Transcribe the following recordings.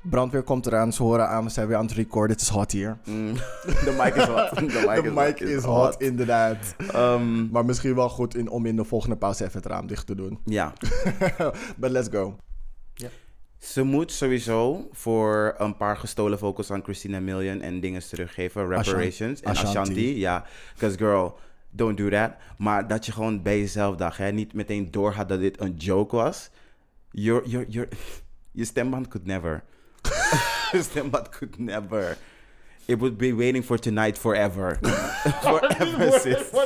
Brandweer komt eraan, ze horen aan, we zijn weer aan het recorden. Het is hot hier. Mm. De mic is hot. De mic, De mic is hot, inderdaad. Ehm, Maar misschien wel goed in, om in de volgende pauze even het raam dicht te doen. ja, But let's go. ze moet sowieso voor een paar gestolen vocals aan Christina Milian en dingen teruggeven. Reparations en Ashanti. Ashanti. Ja, because girl, don't do that. Maar dat je gewoon bij jezelf dacht, hè, niet meteen doorhad dat dit een joke was. Your, your, your, je stemband could never. je stemband could never. It would be waiting for tonight forever. forever, sis.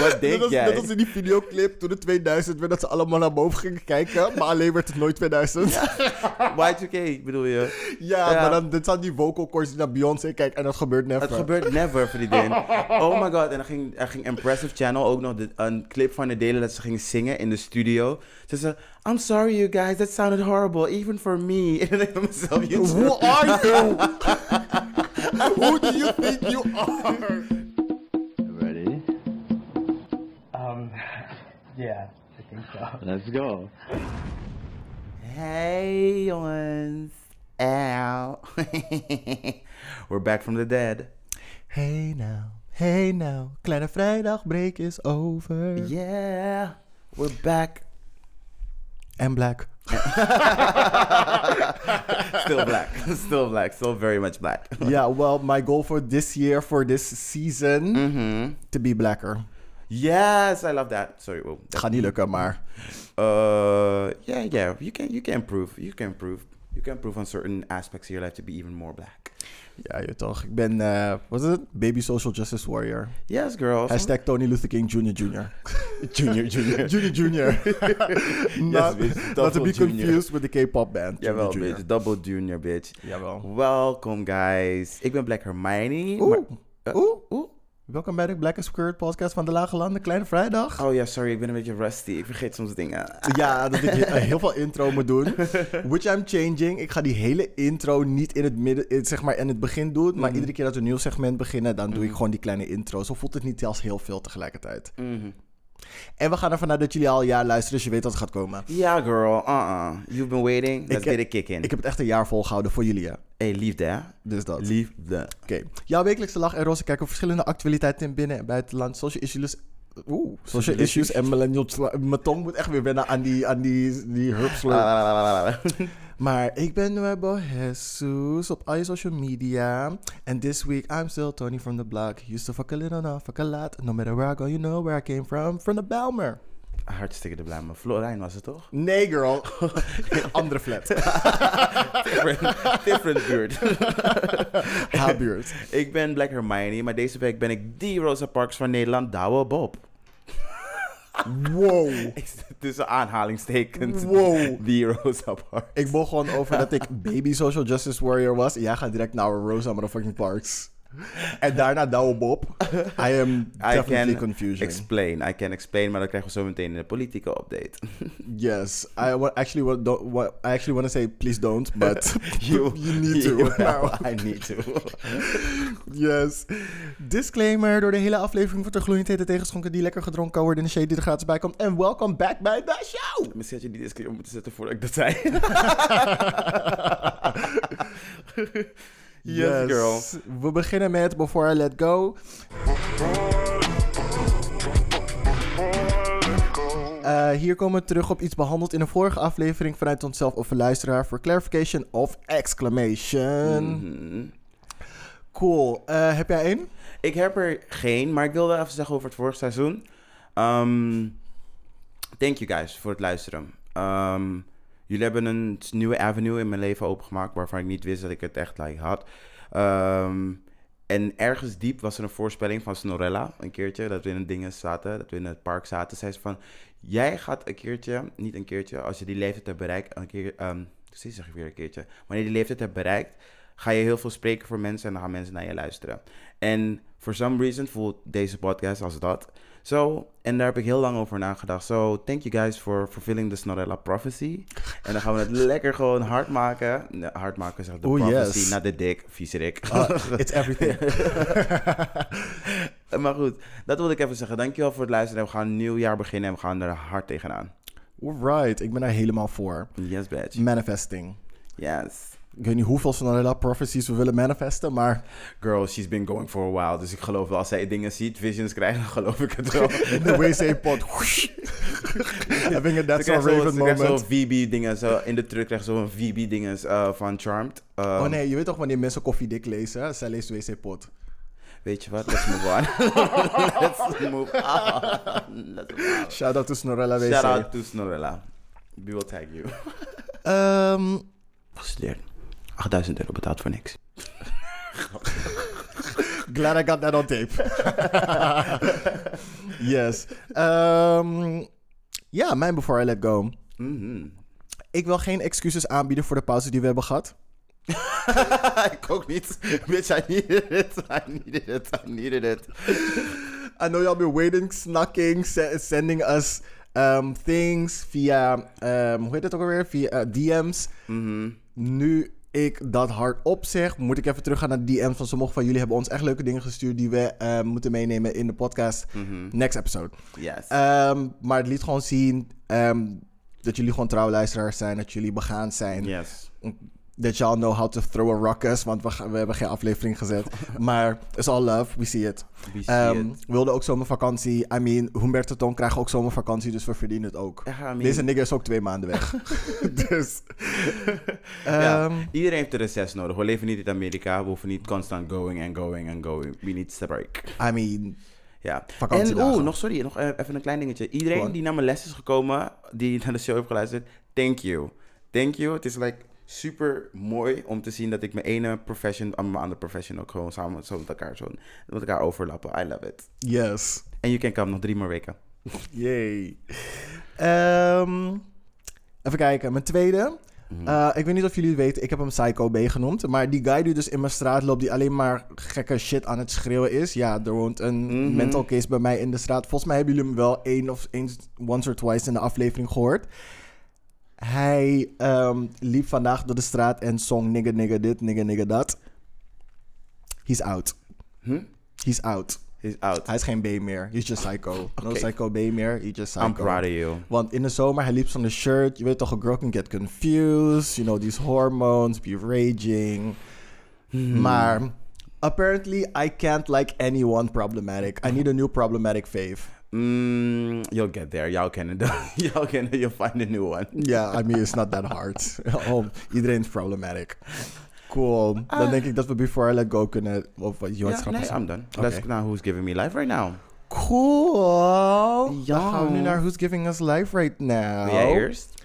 Wat denk net, als, jij? net als in die videoclip toen het 2000 werd, dat ze allemaal naar boven gingen kijken. Maar alleen werd het nooit 2000. Ja, Y2K bedoel je? Ja. maar dan dit zijn die vocal chords die naar Beyoncé kijken en dat gebeurt never. Het gebeurt never, vriendin. Oh my god. En dan ging, er ging Impressive Channel ook nog dit- een clip van de delen dat ze ging zingen in de studio. Ze zei, I'm sorry you guys, that sounded horrible, even for me. En dan denk ik bij mezelf, "You Who are you? Who do you think you are? Ready? Um, yeah, I think so. Let's go. Hey jongens. Ow. We're back from the dead. Hey nou, hey nou, kleine vrijdagbreek is over. Yeah, we're back. En Black. Still black. Still black. Still very much black. Ja, well, my goal for this year, for this season, to be blacker. Yes, I love that. Sorry. Oh, Gaat niet lukken, maar Uh, yeah, yeah. You can, you can improve. You can improve. You can improve on certain aspects of your life to be even more black. ja, je toch. Ik ben, eh wat is het? Baby Social Justice Warrior. Yes, girl. Hashtag Tony Luther King Jr. Jr. junior, junior. Junior, junior. not, bitch, not to double be junior. confused with the K-pop band. Junior, Jawel, junior. bitch. Double junior, bitch. Jawel. Welkom, guys. Ik ben Black Hermione. Oeh, maar- Eh, oeh, oeh. Welkom bij de Black is Squirt podcast van de Lage Landen, Kleine Vrijdag. Oh ja, sorry. Ik ben een beetje rusty. Ik vergeet soms dingen. Ja, dat ik he- heel veel intro moet doen. Which I'm changing. Ik ga die hele intro niet in het midden, in- zeg maar in het begin doen. Maar iedere keer dat we een nieuw segment beginnen, dan doe ik gewoon die kleine intro. Zo voelt het niet als heel veel tegelijkertijd. En we gaan ervan uit dat jullie al een jaar luisteren, dus je weet dat het gaat komen. Ja, girl. Uh-uh. You've been waiting. Let's heb- get a kick in. Ik heb het echt een jaar volgehouden voor jullie, hè. Hey, liefde, hè? Dus dat. Liefde. Oké. Jouw wekelijkse lach en roze kijken op verschillende actualiteiten in binnen- en buitenland. Social issues. Oeh, social issues en millennial. Mijn tong moet echt weer wennen aan die, aan die, die herb slurp. Maar ik ben Nuebo Jesus op al je social media. And this week I'm still Tony from the block. Used to fuck a little, now fuck a lot. No matter where I go, you know where I came from. From the Belmer. Hartstikke de blaam. Florijn was het toch? Nee, girl. Andere flat. different, different buurt. Haar buurt. Ik ben Black Hermione, maar deze week ben ik die Rosa Parks van Nederland, Douwe Bob. Wow. Ik zit Tussen aanhalingstekens. Wow. Die Rosa Parks. Ik begon gewoon over dat ik baby social justice warrior was. En jij gaat direct naar Rosa motherfucking Parks. En daarna Douwe Bob. I am I definitely can confusing. explain. I can explain, maar dat krijgen we zo meteen in de politieke update. Yes, I wa- actually wa- don't, wa- I actually want to say please don't, but you, you need to. You- now. I need to. Yes. Disclaimer door de hele aflevering wordt er gloeiend hete tegenschonken die lekker gedronken worden in de shade die er gratis bij komt. En welcome back bij de show! Misschien had je die disclaimer moeten zetten voordat ik dat zei. yes, girl. We beginnen met Before I Let Go. Eh, hier komen we terug op iets behandeld in een vorige aflevering vanuit onszelf of een luisteraar voor clarification of exclamation. Mhm. Cool. Eh, heb jij één? Ik heb er geen, maar ik wil wel even zeggen over het vorige seizoen. Ehm, thank you guys voor het luisteren. Ehm, jullie hebben een nieuwe avenue in mijn leven opengemaakt waarvan ik niet wist dat ik het echt like, had. Ehm, en ergens diep was er een voorspelling van Snorella, een keertje, dat we in een ding zaten, dat we in het park zaten. Zei ze van, jij gaat een keertje, niet een keertje, als je die leeftijd hebt bereikt, een keer, ehm precies zeg ik weer een keertje, wanneer je die leeftijd hebt bereikt, ga je heel veel spreken voor mensen en dan gaan mensen naar je luisteren. En for some reason voelt deze podcast als dat. So, en daar heb ik heel lang over nagedacht. So, thank you guys for fulfilling the Snorella prophecy. En dan gaan we het lekker gewoon hard maken. Nee, Hard maken zegt de Oh, prophecy, yes. not the dick, viezerik. it's everything. maar goed, dat wil ik even zeggen. Dankjewel voor het luisteren. We gaan een nieuw jaar beginnen en we gaan er hard tegenaan. Alright, ik ben daar helemaal voor. Yes, bitch. Mm. Manifesting. Yes. Ik weet niet hoeveel Cinderella prophecies we willen manifesten, maar Girl, she's been going for a while. Dus ik geloof wel, als zij dingen ziet, visions krijgt, dan geloof ik het wel. in de wc-pot. Having a Ze That's a krijgt zo- Raven ze krijgt moment. zo'n VB-dingen. Zo, in de truck krijgt zo'n VB-dingen van Charmed. Um, Oh nee, je weet toch wanneer mensen koffiedik lezen? hè? Zij leest wc-pot. Weet je wat? Let's move on. Let's move on. Let's move on. Shout-out to Snorella wc. Shout out to Snorella. We will tag you. Ehm, Gestudeerd. 8000 euro betaald voor niks. glad I got that on tape. yes. Ehm, ja, mijn Before I Let Go. Mhm. Ik wil geen excuses aanbieden voor de pauze die we hebben gehad. ik ook niet. Bitch, I needed it. I needed it. I needed it. I know y'all been waiting, snacking, se- sending us um, things via, um, hoe heet het ook alweer? Via eh, DM's. Nu ik dat hardop zeg, moet ik even teruggaan naar de DM's. Van sommige van jullie hebben ons echt leuke dingen gestuurd die we eh, moeten meenemen in de podcast. Next episode. Yes. Ehm, maar het liet gewoon zien ehm, dat jullie gewoon trouwe luisteraars zijn, dat jullie begaan zijn. yes. Dat y'all know how to throw a ruckus, want we, ga- we hebben geen aflevering gezet. maar it's all love, we see it. We see Ehm, it. We wilden ook zomervakantie. I mean, Humberto Ton krijgt ook zomervakantie, dus we verdienen het ook. Ja, I mean- Deze nigger is ook twee maanden weg. dus Ja, Ehm. iedereen heeft een reces nodig. We leven niet in Amerika. We hoeven niet constant going and going and going. We need a break. I mean, Ja. En Vakantiedagen. oh, nog sorry, nog eh, even een klein dingetje. Iedereen Go on. die naar mijn les is gekomen, die naar de show heeft geluisterd, thank you. Thank you. Het is like super mooi om te zien dat ik mijn ene profession en mijn andere profession ook gewoon samen zo met elkaar, zo, met elkaar overlappen. I love it. yes. En you can come nog drie meer weken. Yay. Ehm, even kijken, mijn tweede. Eh, ik weet niet of jullie het weten, ik heb hem Psycho B genoemd. Maar die guy die dus in mijn straat loopt, die alleen maar gekke shit aan het schreeuwen is. Ja, er woont een Mhm. mental case bij mij in de straat. Volgens mij hebben jullie hem wel één of eens, once or twice in de aflevering gehoord. Hij ehm, liep vandaag door de straat en zong nigga nigga dit, nigga nigga dat. He's out. Hm? He's out. He's out. Hij is geen B meer. He's just psycho. No Oké. psycho B meer. He's just psycho. I'm proud of you. Want in de zomer, hij liep zonder shirt. Je weet toch, a girl can get confused. You know, these hormones be raging. Hmm. Maar apparently, I can't like anyone problematic. I need a new problematic fave. Mm, you'll get there. Y'all kennen de- Y'all kennen, you'll find a new one. Yeah, I mean, it's not that hard. Oh, iedereen is problematic. Cool. Dan denk ik dat we Before I Let Go kunnen... Of wat, je Ja, nee, I'm done. That's Oké. now who's giving me life right now. Cool. Ja. Dan gaan we nu naar Who's Giving Us Life Right Now. Wil jij eerst?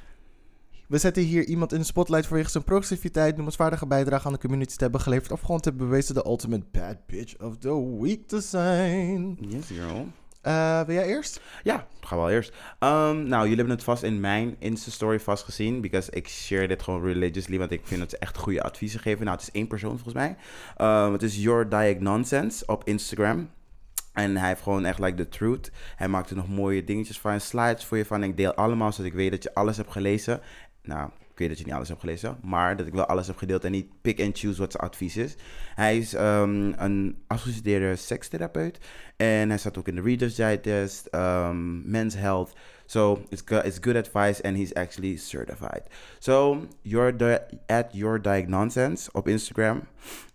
We zetten hier iemand in de spotlight vanwege zijn progressiviteit, noemenswaardige bijdrage aan de community te hebben geleverd of gewoon te hebben bewezen de ultimate bad bitch of the week te zijn. Yes, girl. Eh, wil jij eerst? Ja, gaan we al eerst. Ehm, nou, jullie hebben het vast in mijn Insta-story vast gezien. Because ik share dit gewoon religiously. Want ik vind dat ze echt goede adviezen geven. Nou, het is één persoon volgens mij. Ehm, het is Your Diag Nonsense op Instagram. En hij heeft gewoon echt like the truth. Hij maakt er nog mooie dingetjes van. Slides voor je van. Ik deel allemaal, zodat ik weet dat je alles hebt gelezen. Nou, ik weet dat je niet alles hebt gelezen. Maar dat ik wel alles heb gedeeld. En niet pick and choose wat zijn advies is. Hij is ehm, een afgestudeerde sekstherapeut. En hij staat ook in de Reader's Digest, ehm, Men's Health. So it's, go- it's good advice and he's actually certified. So your di- at your diagnosense op Instagram.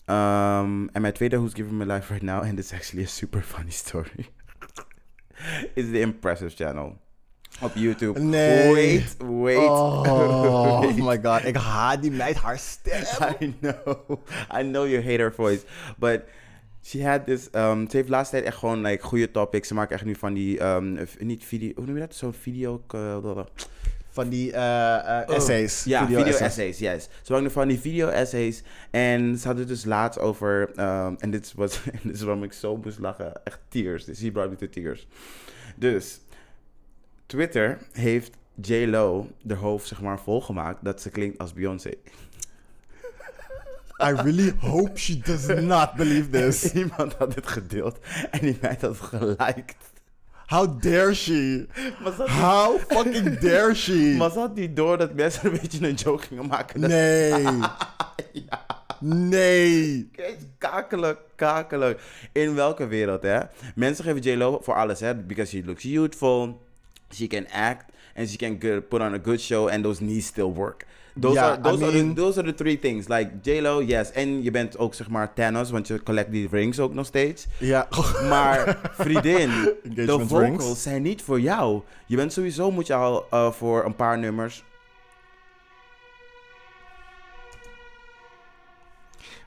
Um, en mijn tweede who's giving me life right now and it's actually a super funny story. is the Impressive Channel op YouTube. Nee. Wait, wait. Oh wait. my god, ik haat die meid haar stem. I know. I know you hate her voice. But she had this... um, ze heeft laatst tijd echt gewoon like, goede topics. Ze maakt echt nu van die... um, v- niet video... Hoe noem je dat? Zo'n video... eh, blablabla. Van die eh, eh, essays. Oh, Ja, video-essays. video-essays, yes. Ze maakt nu van die video-essays. En ze had het dus laatst over... um, en dit was... en dit is waarom ik zo moest lachen. Echt tears. This, he brought me to tears. Dus... Twitter heeft J-Lo de hoofd, zeg maar, volgemaakt... dat ze klinkt als Beyoncé. I really hope she does not believe this. Iemand had dit gedeeld en die meid had het geliked. How dare she? Maar ze, had How fucking dare niet, maar she? ze had niet door dat mensen een beetje een joke gingen maken. Dat Nee. Nee. is kakelijk, kakelijk. In welke wereld, hè? Mensen geven J-Lo voor alles, hè? Because she looks youthful, she can act. and she can good, put on a good show and those knees still work. Those, Ja, are, those, I are mean- the, those are the three things. Like J-Lo, yes. En je bent ook zeg maar Thanos, want je collect die rings ook nog steeds. Ja. Maar vriendin, de Engagement vocals rings. zijn niet voor jou. Je bent sowieso, moet je al eh, voor een paar nummers...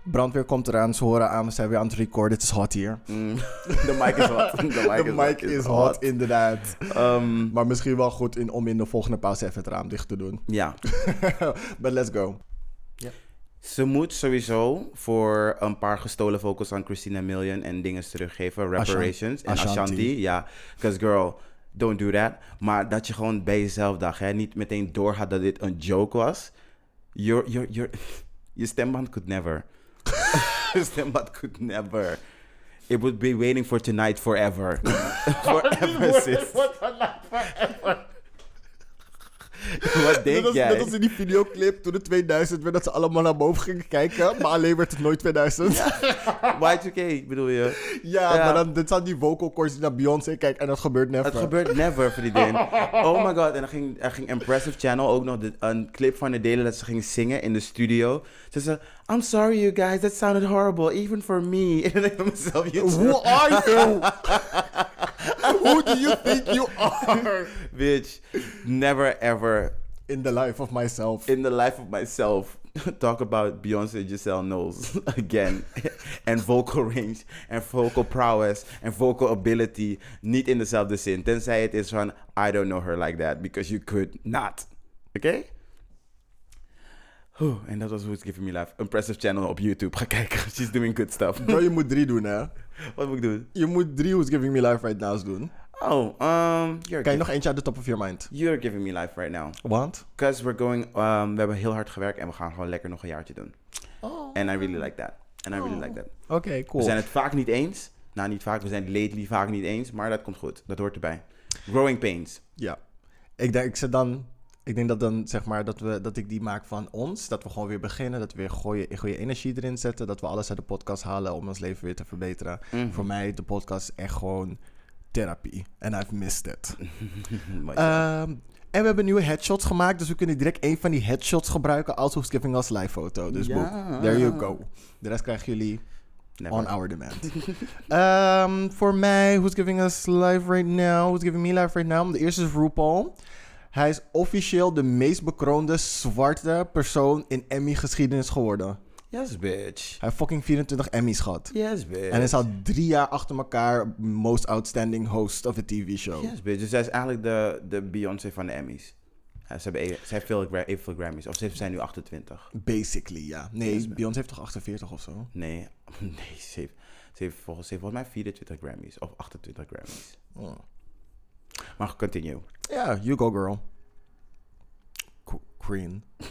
Brandweer komt eraan, ze horen aan, we zijn weer aan het recorden. Het is hot hier. Mm, de mic is hot. De mic, de is, mic is hot, inderdaad. Ehm, Maar misschien wel goed in, om in de volgende pauze even het raam dicht te doen. ja, But let's go. Ze moet sowieso voor een paar gestolen vocals aan Christina Milian en dingen teruggeven. Reparations en Ashanti. Ashanti. Ja, because girl, don't do that. Maar dat je gewoon bij jezelf dacht, hè, niet meteen doorhad dat dit een joke was. Your, your, your, je stemband could never. je stemband could never. It would be waiting for tonight forever. forever, sis. Wat denk net, als, jij? net als in die videoclip toen het 2000 werd, dat ze allemaal naar boven gingen kijken. Maar alleen werd het nooit 2000. Ja, Y2K bedoel je? Ja. maar dan dit zijn die vocal chords die naar Beyoncé kijken en dat gebeurt never. Het gebeurt never, vriendin. Oh my god. En dan ging, er ging Impressive Channel ook nog dit- een clip van de delen dat ze ging zingen in de studio. Ze zei, I'm sorry you guys, that sounded horrible, even for me. En dan denk ik bij mezelf, "You Who jerk." are you? Who do you think you are? Bitch, never ever In the life of myself. in the life of myself talk about Beyoncé Giselle Knowles again. en vocal range, en vocal prowess, en vocal ability. Niet in dezelfde zin. Tenzij het is van, I don't know her like that, because you could not. Oké? Oeh, En dat was Who's Giving Me Life. Impressive channel op YouTube. Ga kijken. She's doing good stuff. Bro, je moet drie doen, hè? Wat moet ik doen? Je moet drie Who's Giving Me Life Right Now's doen. Oh, um, you're, Kan je gi- nog eentje uit de top of your mind? you're giving me life right now. Want? Because we're going, um, we hebben heel hard gewerkt en we gaan gewoon lekker nog een jaartje doen. Oh. And I really like that. And I really like that. Oké, cool. We zijn het vaak niet eens. Nou, niet vaak. We zijn het lately vaak niet eens. Maar dat komt goed. Dat hoort erbij. Growing pains. Ja. Ik denk, ik zet dan, ik denk dat dan, zeg maar, dat, we, dat ik die maak van ons. Dat we gewoon weer beginnen. Dat we weer goede, goede energie erin zetten. Dat we alles uit de podcast halen om ons leven weer te verbeteren. Voor mij, de podcast is echt gewoon therapie. En I've missed it. Mooi. Ehm, en we hebben nieuwe headshots gemaakt. Dus we kunnen direct een van die headshots gebruiken als Who's Giving Us live foto. Dus Ja. boek, there you go. De rest krijgen jullie Never. on our demand. Ehm, Voor mij, Who's Giving Us Live Right Now? Who's Giving Me Live Right Now? De eerste is RuPaul. Hij is officieel de meest bekroonde zwarte persoon in Emmy-geschiedenis geworden. Yes, bitch. Hij heeft fucking 24 Emmys gehad. Yes, bitch. En hij is al drie jaar achter elkaar most outstanding host of a TV-show. Yes, bitch. Dus hij is eigenlijk de, de Beyoncé van de Emmys. Ja, ze, hebben, e- ze heeft veel, gra- even veel Grammys. Of ze zijn nu 28. Basically, ja. Nee, Yes, man. Beyoncé heeft toch 48 of zo? Nee. Nee, ze heeft, ze, heeft volgens, ze heeft volgens mij 24 Grammys. Of 28 Grammys. Oh. Maar continue. Ja, you go girl. Qu- Queen.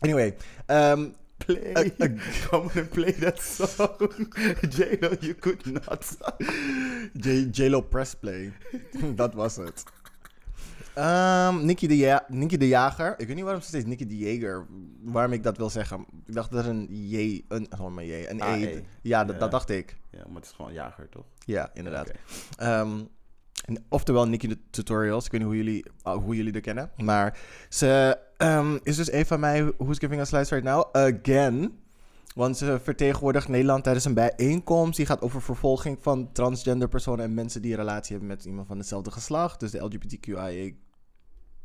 anyway, ehm, play. A- a- Come and play that song. J-Lo, you could not. J- J-Lo Pressplay. dat was het. Ehm Nicky, de Ja- Nicky de Jager. Ik weet niet waarom ze steeds Nicky de Jager. Waarom ik dat wil zeggen. Ik dacht dat er een J. Een, oh, maar J. Een Ah, E. E. Ja, dat, Ja. dat dacht ik. Ja, maar het is gewoon jager, toch? Ja, inderdaad. Oké. Ehm, en oftewel Nikki de Tutorials. Ik weet niet hoe jullie, uh, hoe jullie er kennen. Maar ze ehm, is dus een van mij. Who's giving us lives right now? Again. Want ze vertegenwoordigt Nederland tijdens een bijeenkomst. Die gaat over vervolging van transgender personen en mensen die een relatie hebben met iemand van hetzelfde geslacht. Dus de LGBTQIA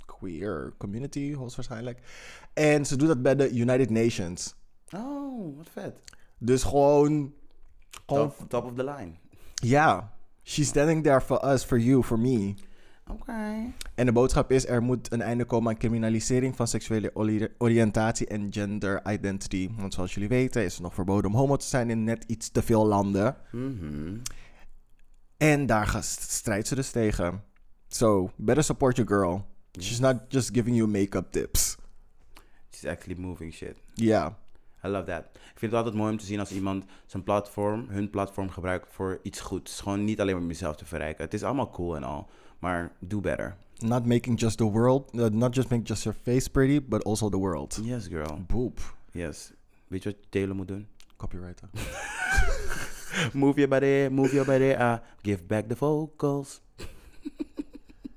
queer community, hoogstwaarschijnlijk. En ze doet dat bij de United Nations. Oh, wat vet. Dus gewoon. gewoon Top, top of the line. ja. She's standing there for us, for you, for me. Oké. En de boodschap is: er moet een einde komen aan criminalisering van seksuele ori- oriëntatie en gender identity. Want zoals jullie weten, is het nog verboden om homo te zijn in net iets te veel landen. Mhm. En daar gaat- strijdt ze dus tegen. So, better support your girl. She's not just giving you make-up tips. She's actually moving shit. Ja. I love that. Ik vind het altijd mooi om te zien als iemand zijn platform, hun platform gebruikt voor iets goeds. Gewoon niet alleen om jezelf te verrijken. Het is allemaal cool en al, maar do better. Not making just the world, uh, not just make just your face pretty, but also the world. Yes, girl. Boep. Yes. Weet je wat Taylor moet doen? Copywriter. uh, Move your body, move your body. ah. give back the vocals.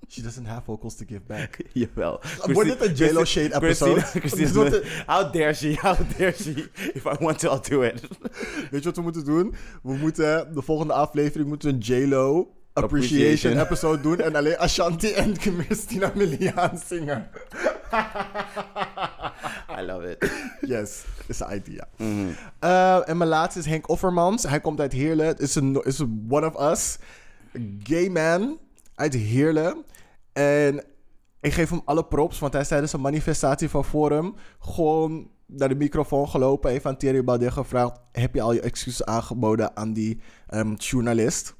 She doesn't have vocals to give back. Jawel. Wordt dit een J-Lo shade episode? Christina, Christina, Doet het- how dare she, how dare she. If I want to, I'll do it. Weet je wat we moeten doen? We moeten de volgende aflevering moeten we een J-Lo appreciation Appreciation. episode doen. En alleen Ashanti en Christina Milian zingen. I love it. Yes, is een idea. Eh, en mijn laatste is Henk Offermans. Hij komt uit Heerlen. Is een is een one of us. Gay man uit Heerlen. En ik geef hem alle props, want hij is tijdens een manifestatie van Forum gewoon naar de microfoon gelopen. Heeft aan Thierry Baudet gevraagd: Heb je al je excuses aangeboden aan die ehm, journalist?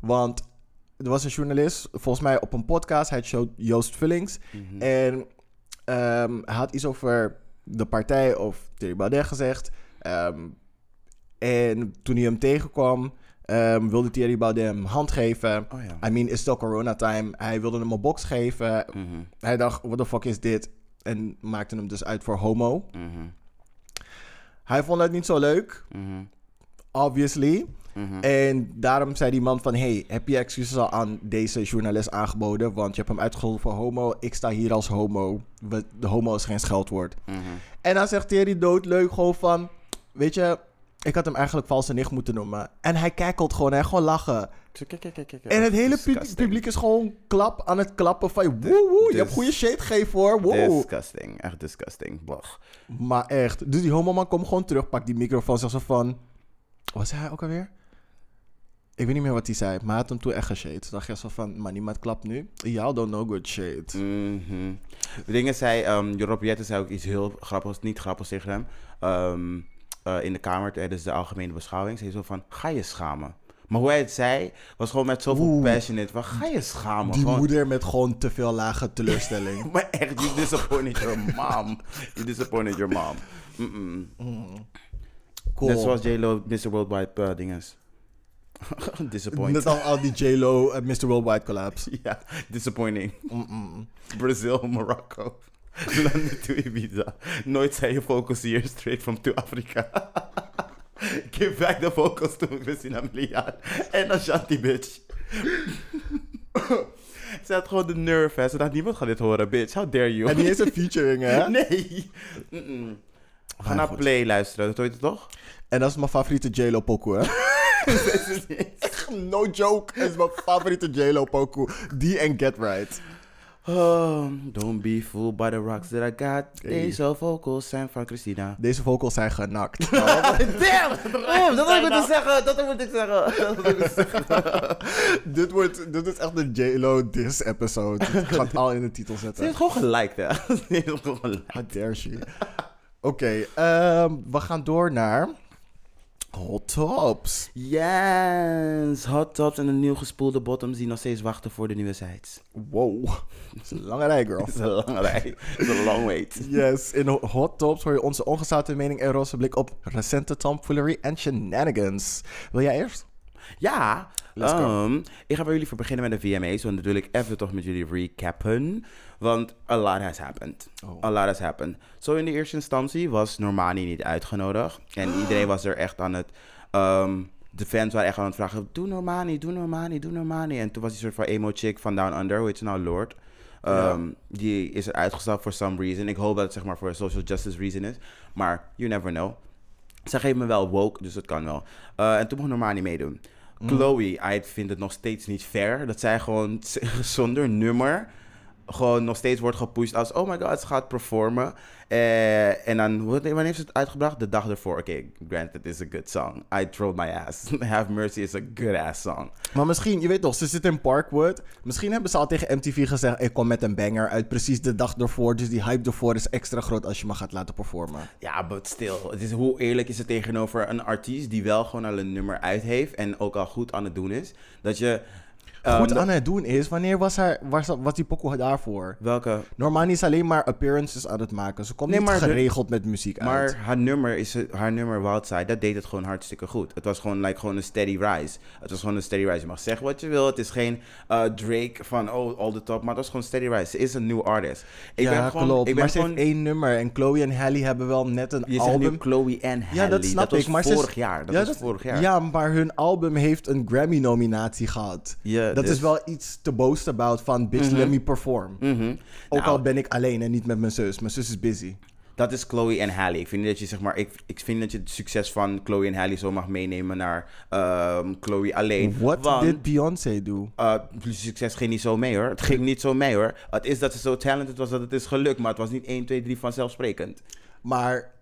Want er was een journalist, volgens mij op een podcast, hij showed Joost Vullings. Mhm. En ehm, hij had iets over de partij of Thierry Baudet gezegd. Ehm, en toen hij hem tegenkwam, ehm, wilde Thierry Baudet hem hand geven. Oh ja. I mean, it's still corona time. Hij wilde hem een box geven. Mhm, Hij dacht, what the fuck is dit? En maakte hem dus uit voor homo. mhm, Hij vond het niet zo leuk, mhm, obviously. mhm. En daarom zei die man van... Hey, heb je excuses al aan deze journalist aangeboden? Want je hebt hem uitgescholden voor homo. Ik sta hier als homo. We- de homo is geen scheldwoord. Mhm. En dan zegt Thierry doodleuk gewoon van... Weet je, ik had hem eigenlijk valse nicht moeten noemen. En hij kijkelt gewoon, hij gewoon lachen. Zo, Kijk, kijk, kijk, kijk. En het hele pub- Disgusting. publiek is gewoon klap aan het klappen van... Woe, woe, je hebt Dis- goede shade gegeven hoor. Woe. Disgusting, echt disgusting. Blech. Maar echt. Dus die homoman komt gewoon terug, pakt die microfoon, zegt zo van... Wat zei hij ook alweer? Ik weet niet meer wat hij zei, maar hij had hem toen echt geshade. Toen dacht je zo van, maar niemand klapt nu. Y'all don't know good shade. Mhm. De dingen zei, ehm Rob Jetten zei ook iets heel grappigs, niet grappigs tegen hem. Ehm, eh, in de kamer tijdens de algemene beschouwing. Zei zo van, ga je schamen. Maar hoe hij het zei, was gewoon met zoveel Oeh. passionate. Van, ga je schamen. Die gewoon, moeder met gewoon te veel lage teleurstelling. Maar echt, you disappointed your mom. You disappointed your mom. Mm-mm. Cool. Net zoals J-Lo, Mr. Worldwide eh, dinges. Disappointing. Net als al die J-Lo en Mr. Worldwide collapse. Ja, disappointing. Brazil, Morocco. Landen to Ibiza. Nooit zijn je vocals hier straight from to Africa. Give back the vocals to Christina Milian. En Ashanti, bitch. ze had gewoon de nerve, hè. Ze dacht, niemand gaat dit horen, bitch. How dare you. En niet eens een featuring, hè? Nee. Mm-mm. We gaan Ah, naar goed. Play luisteren, dat hoort je toch? En dat is mijn favoriete J-Lo pokoe, hè? Echt, no joke, is mijn favoriete J-Lo pokoe. Die en Get Right. Oh, don't be fooled by the rocks that I got. Hey. Deze vocals zijn van Christina. Deze vocals zijn genakt. Damn! Oh, dat had ik moeten zeggen, dat moet ik zeggen. Dat moet ik zeggen. Dit, wordt, dit is echt een J-Lo diss episode. Ik ga het al in de titel Ze zetten. heeft gewoon gelijk, hè? Ze heeft gewoon gelijk. How dare she. Oké, ehm, we gaan door naar Hot Tops. Yes, hot tops en een nieuw gespoelde bottoms die nog steeds wachten voor de nieuwe sites. Wow, dat is een lange rij, girl. Dat is een lange rij. Dat is een long wait. Yes, in Hot Tops hoor je onze ongezouten mening en roze blik op recente tomfoolery en shenanigans. Wil jij eerst? Ja, Let's go. ehm, ik ga bij jullie voor beginnen met de VMA's. Want natuurlijk even toch met jullie recappen. Want a lot has happened. Oh. A lot has happened. Zo in de eerste instantie was Normani niet uitgenodigd. En Ah. iedereen was er echt aan het... ehm, de fans waren echt aan het vragen... Doe Normani, doe Normani, doe Normani. En toen was die soort van emo-chick van Down Under. Hoe heet ze nou? Lord. Ehm, Die is er uitgestapt for some reason. Ik hoop dat het zeg maar voor social justice reason is. Maar you never know. Ze geeft me wel woke, dus dat kan wel. Eh, en toen mocht Normani meedoen. Mhm. Chloe, I vind het nog steeds niet fair dat zij gewoon z- zonder nummer gewoon nog steeds wordt gepusht als oh my god, ze gaat performen. Eh, en dan, wat- wanneer heeft ze het uitgebracht? De dag ervoor. Oké, granted, it's a good song. I trolled my ass. Have Mercy is a good ass song. Maar misschien, je weet toch, ze zit in Parkwood. Misschien hebben ze al tegen MTV gezegd: ik kom met een banger uit precies de dag ervoor. Dus die hype ervoor is extra groot als je me gaat laten performen. Ja, but still. Het is, hoe eerlijk is het tegenover een artiest die wel gewoon al een nummer uit heeft en ook al goed aan het doen is? Dat je... ehm, Goed dat- aan het doen is, wanneer was, haar, was, was die pokoe daarvoor? Welke? Normani is alleen maar appearances aan het maken. Ze komt Nee, niet maar de- geregeld met muziek uit. Maar haar nummer, is, haar nummer Wildside, dat deed het gewoon hartstikke goed. Het was gewoon, like, gewoon een steady rise. Het was gewoon een steady rise. Je mag zeggen wat je wil. Het is geen eh, Drake van oh, all the top. Maar het was gewoon steady rise. Ze is een new artist. Ik ja, ben gewoon, klopt. Ik ben maar ze gewoon, heeft één nummer. En Chloe en Halle hebben wel net een je zegt album. nu Chloe en Hailey. Ja, dat snap was ik. Maar ze is- vorig jaar. Dat ja, was vorig jaar. Ja, maar hun album heeft een Grammy-nominatie gehad. Ja, dat dus- is wel iets te boast about van bitch, let me perform. Mhm. Ook Nou, al ben ik alleen en niet met mijn zus. Mijn zus is busy. Dat is Chloe en Halle. Ik vind niet dat je zeg maar, ik, ik vind dat je het succes van Chloe en Halle zo mag meenemen naar ehm, Chloe alleen. What Want, did Beyoncé do? eh, succes ging niet zo mee hoor. Het ging niet zo mee hoor. Het is dat ze zo talented was dat het is gelukt, maar het was niet 1, 2, 3 vanzelfsprekend. Maar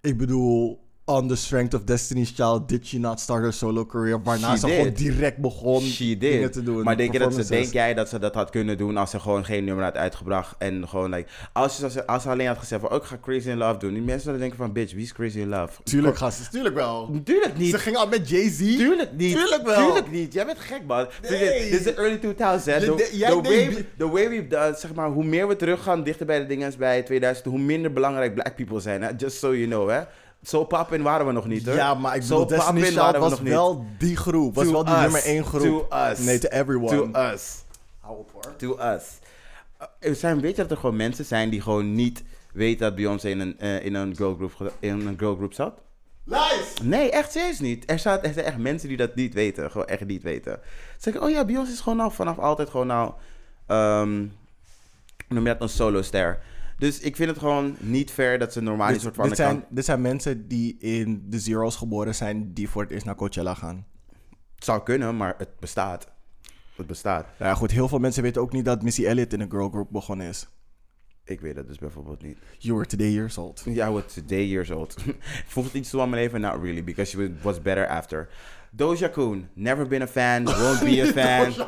ik bedoel, on the strength of Destiny's Child, did she not start her solo career? Waarna She ze gewoon did. direct begon She dingen did. te doen. maar denk, je dat ze, denk performances. jij dat ze dat had kunnen doen als ze gewoon geen nummer had uitgebracht? En gewoon, like, als, ze- als, ze, als ze alleen had gezegd van, ook ik ga Crazy in Love doen. Die mensen zouden denken van, bitch, wie is Crazy in Love? Tuurlijk, gasten, tuurlijk wel. Tuurlijk niet. Ze ging al met Jay-Z. Tuurlijk niet. Tuurlijk wel. Tuurlijk niet. Jij bent gek, man. Dit is- Nee. Dit is de early 2000s. hè. Je The, de- jij the way, deed- we- the way we, uh, zeg maar, hoe meer we teruggaan dichter bij de dingen als bij 2000, hoe minder belangrijk black people zijn. Hè? Just so you know, hè. Zo poppin waren we nog niet, hoor. Ja, maar ik Zo bedoel, Destiny's poppin Child was wel die groep. Was To wel die us. nummer één groep. To us. Nee, to everyone. To us. Hou op hoor. To us. Eh, Er zijn, weet je dat er gewoon mensen zijn die gewoon niet weten dat Beyoncé in een, eh, in een girlgroup ge- in een girlgroup zat? Lies! Nee, echt serieus niet. Er, staat, er zijn echt mensen die dat niet weten. Gewoon echt niet weten. Ze zeggen, oh ja, Beyoncé is gewoon al vanaf altijd gewoon nou... ehm noem je dat een solo-ster. Dus ik vind het gewoon niet fair dat ze normaal die soort van... dit, aan de zijn, dit zijn mensen die in de zeros geboren zijn, die voor het eerst naar Coachella gaan. kant- zou kunnen, maar het bestaat. Het bestaat. Nou ja, goed, heel veel mensen weten ook niet dat Missy Elliott in een girlgroup begonnen is. Ik weet dat dus bijvoorbeeld niet. You were today years old. Ja, what today years old. Voegt het iets toe aan mijn leven? Not really, because she was better after. Doja Coon, never been a fan, won't be a fan.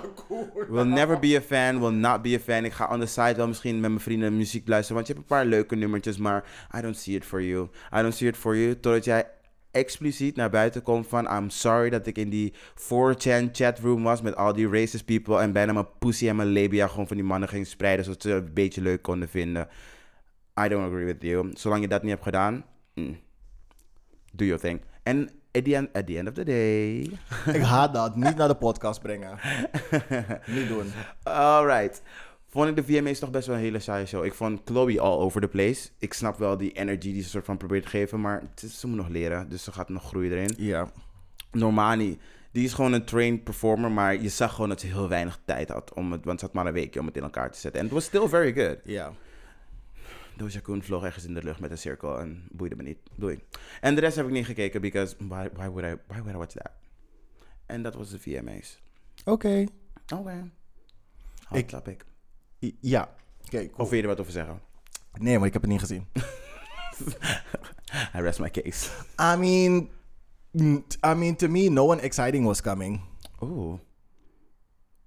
Will never be a fan, will not be a fan. Ik ga on the side wel misschien met mijn vrienden muziek luisteren, want je hebt een paar leuke nummertjes, maar I don't see it for you. I don't see it for you, totdat jij expliciet naar buiten komt van I'm sorry dat ik in die 4chan chatroom was met al die racist people en bijna mijn pussy en mijn labia gewoon van die mannen ging spreiden, zodat ze het een beetje leuk konden vinden. I don't agree with you. Zolang je dat niet hebt gedaan, mm, do your thing. En at the end, at the end of the day. Ik haat dat. Niet naar de podcast brengen. niet doen. Alright. Vond ik de VMA's toch best wel een hele saaie show. Ik vond Chloe all over the place. Ik snap wel die energy die ze soort van probeert te geven, maar het is- ze moet nog leren, dus ze gaat nog groeien erin. Ja. Normani, die is gewoon een trained performer, maar je zag gewoon dat ze heel weinig tijd had om het, want ze had maar een weekje om het in elkaar te zetten. En het was still very good. Ja. Doja Koen vloog ergens in de lucht met een cirkel en boeide me niet. Doei. En de rest heb ik niet gekeken, because why, why, would, I, why would I watch that? En dat was de VMA's. Oké. Oké. Okay. Ik- Oh. Hot topic. I- Ja. Oké, cool. Of wil je er wat over zeggen? Nee, maar ik heb het niet gezien. I rest my case. I mean... mm, I mean, to me, no one exciting was coming. Oeh.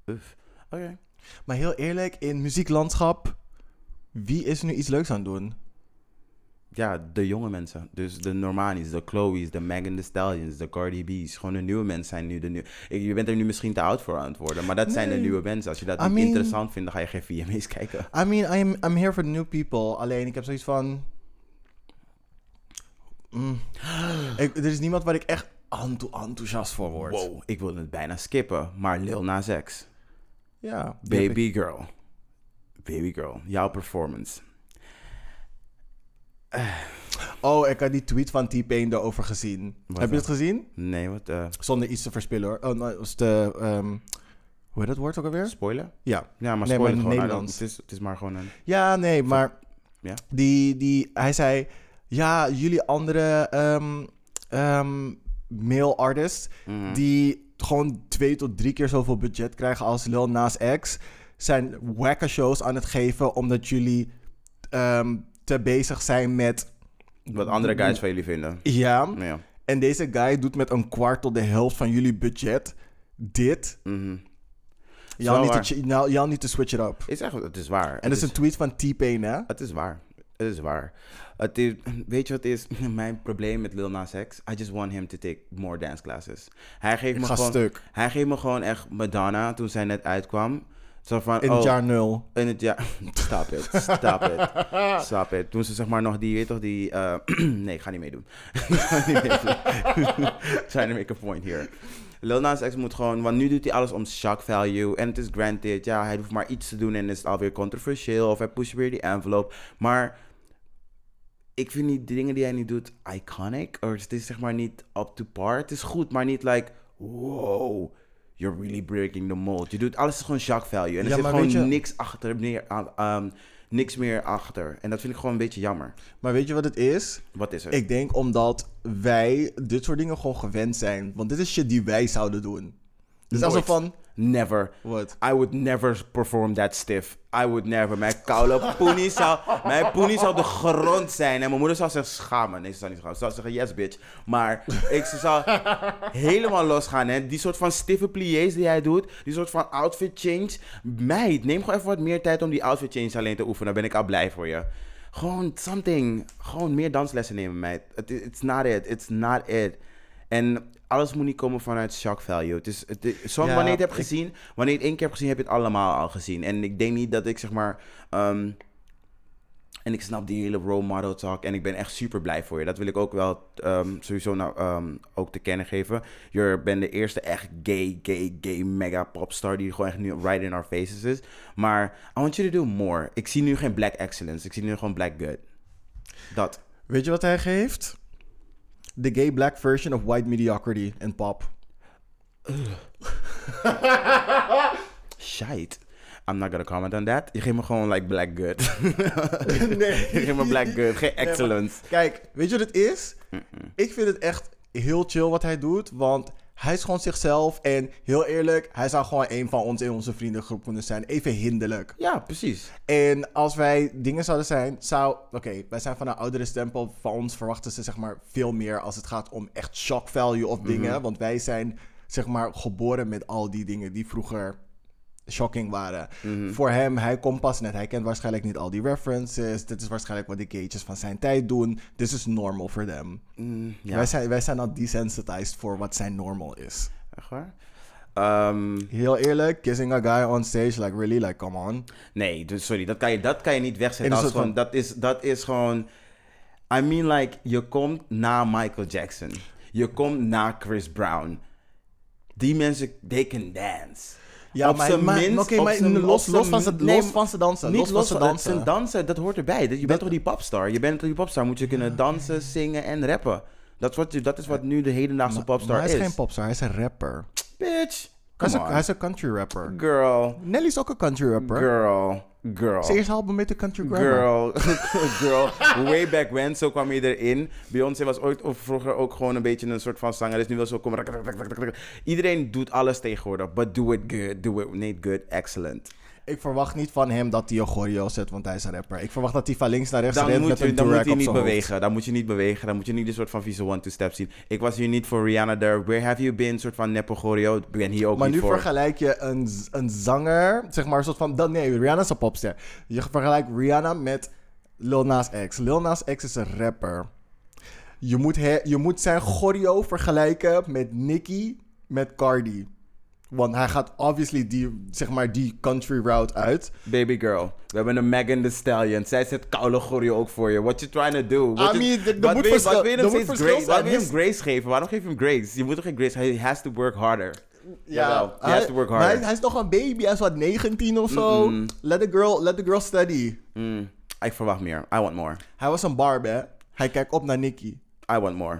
Uf. Oké. Maar heel eerlijk, in muzieklandschap... Wie is nu iets leuks aan het doen? Ja, de jonge mensen. Dus de Normani's, de Chloe's, de Megan Thee Stallions, de Cardi B's. Gewoon de nieuwe mensen zijn nu de nieuwe... Ik- Je bent er nu misschien te oud voor aan het worden, maar dat zijn de Nee. nieuwe mensen. Als je dat I niet mean- interessant vindt, dan ga je geen VMA's kijken. I mean, I'm, I'm here for the new people. Alleen, ik heb zoiets van... Mm. Ik- er is niemand waar ik echt enthou- enthousiast voor word. Wow, ik wilde het bijna skippen, maar Lil Nas X. Ja. die heb ik- Baby girl. Baby girl, jouw performance. Oh, ik had die tweet van T-Pain erover gezien. Wat heb je het dan? gezien? Nee, wat? eh Zonder iets te verspillen hoor. Oh, nou, was de, ehm, hoe heet dat woord ook alweer? spoiler? Ja. Ja, maar Nee, maar in spoiler gewoon. I don't- Nederlands. Het is, het is maar gewoon een... Ja, nee, maar Ja? die, die, hij zei... Ja, jullie andere ehm, ehm, male artists... Mhm. die gewoon twee tot drie keer zoveel budget krijgen als Lil Nas X... zijn wacke shows aan het geven omdat jullie ehm, te bezig zijn met... Wat andere guys van jullie vinden. Ja, Ja. en deze guy doet met een kwart tot de helft van jullie budget dit. Mhm. Y'all Wel need, to, waar. ch- y'all- y'all need to switch it up. Is echt, het is waar. En dat is een tweet van T-Pain, hè? Het is waar. Het is waar. Het is, weet je wat het is? Mijn probleem met Lil Nas X? I just want him to take more dance classes. Hij geeft, Ik me ga gewoon, stuk. hij geeft me gewoon echt Madonna toen zij net uitkwam. Zo van, In oh, het jaar nul. in het jaar... Stop it, stop it, stop it. Toen ze zeg maar nog die, weet toch, die... eh, nee, ik ga niet meedoen. Ik ga niet meedoen. Trying to make a point here. Lil Nas X moet gewoon, want nu doet hij alles om shock value. En het is granted, ja, hij hoeft maar iets te doen en is het alweer controversieel. Of hij pusht weer die envelope. Maar ik vind die dingen die hij nu doet iconic. Or het is zeg maar niet up to par. Het is goed, maar niet like, wow, You're really breaking the mold. Je doet alles is gewoon shock value. En er Ja, zit maar weet gewoon je- niks achter meer, aan- ehm, niks meer achter. En dat vind ik gewoon een beetje jammer. Maar weet je wat het is? Wat is er? Ik denk omdat wij dit soort dingen gewoon gewend zijn. Want dit is shit die wij zouden doen. Dus Nooit. alsof van... Never. Wat? I would never perform that stiff. I would never. Mijn koude poenie zou, mijn poenie zou de grond zijn. En mijn moeder zou zeggen, schamen. Nee, ze zou niet schamen. Ze zou zeggen, yes, bitch. Maar ik ze zou helemaal losgaan. Hè. Die soort van stiffe pliés die jij doet. Die soort van outfit change. Meid, neem gewoon even wat meer tijd om die outfit change alleen te oefenen. Dan ben ik al blij voor je. Gewoon something. Gewoon meer danslessen nemen, meid. Het is- It's not it. It's not it. En alles moet niet komen vanuit shock value. Het is, het, is- zo, Ja, wanneer je het hebt ik- gezien, wanneer je het één keer hebt gezien, heb je het allemaal al gezien. En ik denk niet dat ik zeg maar. ehm, en ik snap die hele role model talk. En ik ben echt super blij voor je. Dat wil ik ook wel ehm, sowieso nou, ehm, ook te kennen geven. Je bent de eerste echt gay, gay, gay mega popstar die gewoon echt nu right in our faces is. Maar I want you to do more. Ik zie nu geen black excellence. Ik zie nu gewoon black good. Dat. Weet je wat hij geeft? The gay black version of white mediocrity en pop. Shite. I'm not gonna comment on that. Je geeft me gewoon like black good. Je geeft me black good. Geen excellence. Kijk, weet je wat het is? Ik vind het echt heel chill wat hij doet, want hij is gewoon zichzelf. En heel eerlijk, hij zou gewoon een van ons in onze vriendengroep kunnen zijn. Even hinderlijk. Ja, precies. En als wij dingen zouden zijn, zou... Oké, wij zijn van een oudere stempel. Van ons verwachten ze zeg maar veel meer als het gaat om echt shock value of dingen. Mhm. Want wij zijn zeg maar geboren met al die dingen die vroeger shocking waren. Mhm. Voor hem, hij komt pas net. Hij kent waarschijnlijk niet al die references. Dit is waarschijnlijk wat de gauges van zijn tijd doen. This is normal for them. Mm, ja. wij, zijn, wij zijn al desensitized voor wat zijn normal is. Echt waar? Ehm, Heel eerlijk, kissing a guy on stage, like really, like come on. nee, dus sorry. Dat kan je, dat kan je niet In wegzetten. een Als soort gewoon, dat, is, dat is gewoon... I mean, like, je komt na Michael Jackson. Je komt na Chris Brown. Die mensen, they can dance. Ja, Op maar- zijn maar- minst- oké, op maar zijn- los- op los zijn van ze- min- los van ze dansen, Niet los van los ze van dansen. Zijn dansen, dat hoort erbij. Dat- Je bent toch die popstar? Je bent toch die popstar? Moet je kunnen dansen, zingen en rappen. Dat is wat, je- dat is wat nu de hedendaagse popstar Maar hij is, is. geen popstar, hij is een rapper. Bitch. Hij is, Come een, hij on. is een country rapper. Girl. Nelly is ook een country rapper. Girl. Girl. Zijn eerste album heette Country Grammar. Girl, girl, way back when, zo kwam je erin. Beyoncé was ooit of vroeger ook gewoon een beetje een soort van zanger. Dus nu wel zo kom. rak, rak, rak, rak, rak. Iedereen doet alles tegenwoordig. But do it good, do it niet good, excellent. Ik verwacht niet van hem dat hij een choreo zet, want hij is een rapper. Ik verwacht dat hij van links naar rechts Dan rent moet, met je, een dan moet durag je op niet zijn hoofd. bewegen. Dan moet je niet bewegen. Dan moet je niet een soort van vieze one-two step zien. Ik was hier niet voor Rihanna there. Where have you been? soort van neppe choreo. Ik ben hier ook Maar niet nu voor. vergelijk je een, z- een zanger, zeg maar een soort van... dan- Nee, Rihanna is een popster. Je vergelijkt Rihanna met Lil Nas X. Lil Nas X is een rapper. Je moet, he- je moet zijn choreo vergelijken met Nicki, met Cardi. Want hij gaat obviously die, zeg maar, die country route uit. Baby girl, we hebben een Megan Thee Stallion. Zij zet koude choreo ook voor je. What you trying to do? What Ah, I you- mean, er- er Wat moet wil je- verschil- Wat wil je er hem moet steeds verschil grace- wat zijn. wil je hem Hij grace geven? Waarom geef je hem grace? Je moet toch geen grace geven? He has to work harder. Jawel, he has hij, to work maar harder. hij, hij is nog een baby. Hij is wat 19 of zo. Let, the girl, let the girl study. Mm, ik verwacht meer. I want more. Hij was een barb, hè. Hij kijkt op naar Nicki. I want more.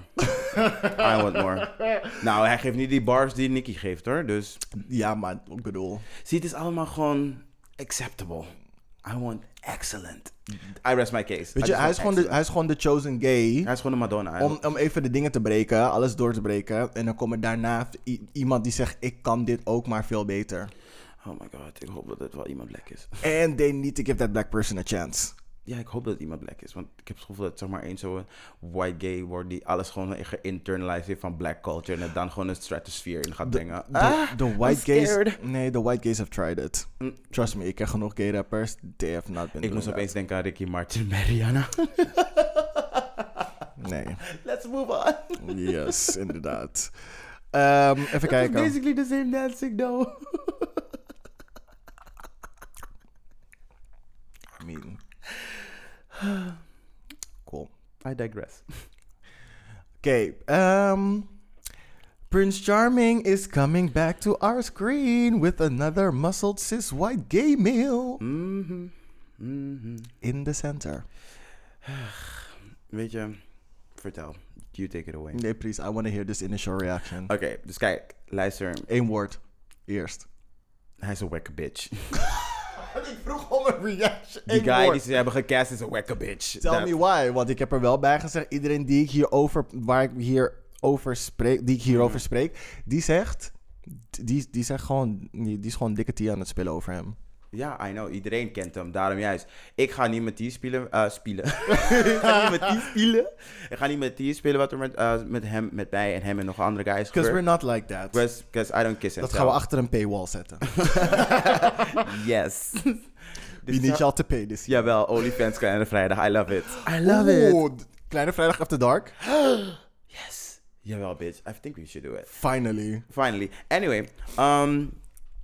I want more. Nou, hij geeft niet die bars die Nicky geeft hoor. Dus Ja, man. Ik bedoel... zie, het is allemaal gewoon acceptable. I want excellent. I rest my case. Weet I je, just hij is, want gewoon de, excellent. hij is gewoon de chosen gay. Hij is gewoon een Madonna. hè. Om, om even de dingen te breken, alles door te breken. En dan komt er daarna i- iemand die zegt: Ik kan dit ook maar veel beter. Oh my god, ik hoop dat het wel iemand black is. And they need to give that black person a chance. Ja, ik hoop dat iemand black is. Want ik heb het gevoel dat zeg maar één zo'n white gay wordt die alles gewoon echt geïnternaliseerd heeft van black culture. En het dan gewoon een stratosfeer in gaat brengen. De, Ah, de I'm white gays. scared. Nee, de white gays have tried it. Mm. Trust me, ik ken genoeg gay rappers. They have not been. Ik doing moest that. opeens denken aan Ricky Martin bij Rihanna. Nee. Let's move on. Yes, inderdaad. Ehm, even It's kijken. basically the same dancing though. I mean. Cool. I digress. Okay. Um, Prince Charming is coming back to our screen with another muscled cis white gay male Mm-hmm. Mhm. Mhm. in the center. Weet je, vertel. You take it away. Nee, please. I want to hear this initial reaction. Oké, dus kijk, luister. Eén woord. Eerst. Hij is een wacke bitch. ik vroeg om een reaction. Die Eén guy die woord. ze hebben gecast is een wacke bitch. Tell Dat- me why. Want ik heb er wel bij gezegd, iedereen die ik hierover, waar ik hierover spreek, die ik Mhm. hierover spreek, die zegt, die, die, zegt gewoon, die, die is gewoon dikke T aan het spelen over hem. Ja, I know. Iedereen kent hem. Daarom juist. Ik ga niet met die spelen. eh, spelen. ik ga niet met die spelen. Ik ga niet met die spelen wat er met, eh, met hem, met mij en hem en nog een andere guy is Because we're gebeurd. not like that. Because I don't kiss him. Dat gaan we achter een paywall zetten. Yes. Die niet jou te pay this year. Jawel, OnlyFans Kleine Vrijdag. I love it. I Oeh, d- Kleine Vrijdag After Dark. Yes. Jawel, bitch. I think we should do it. Finally. Finally. Anyway, ehm,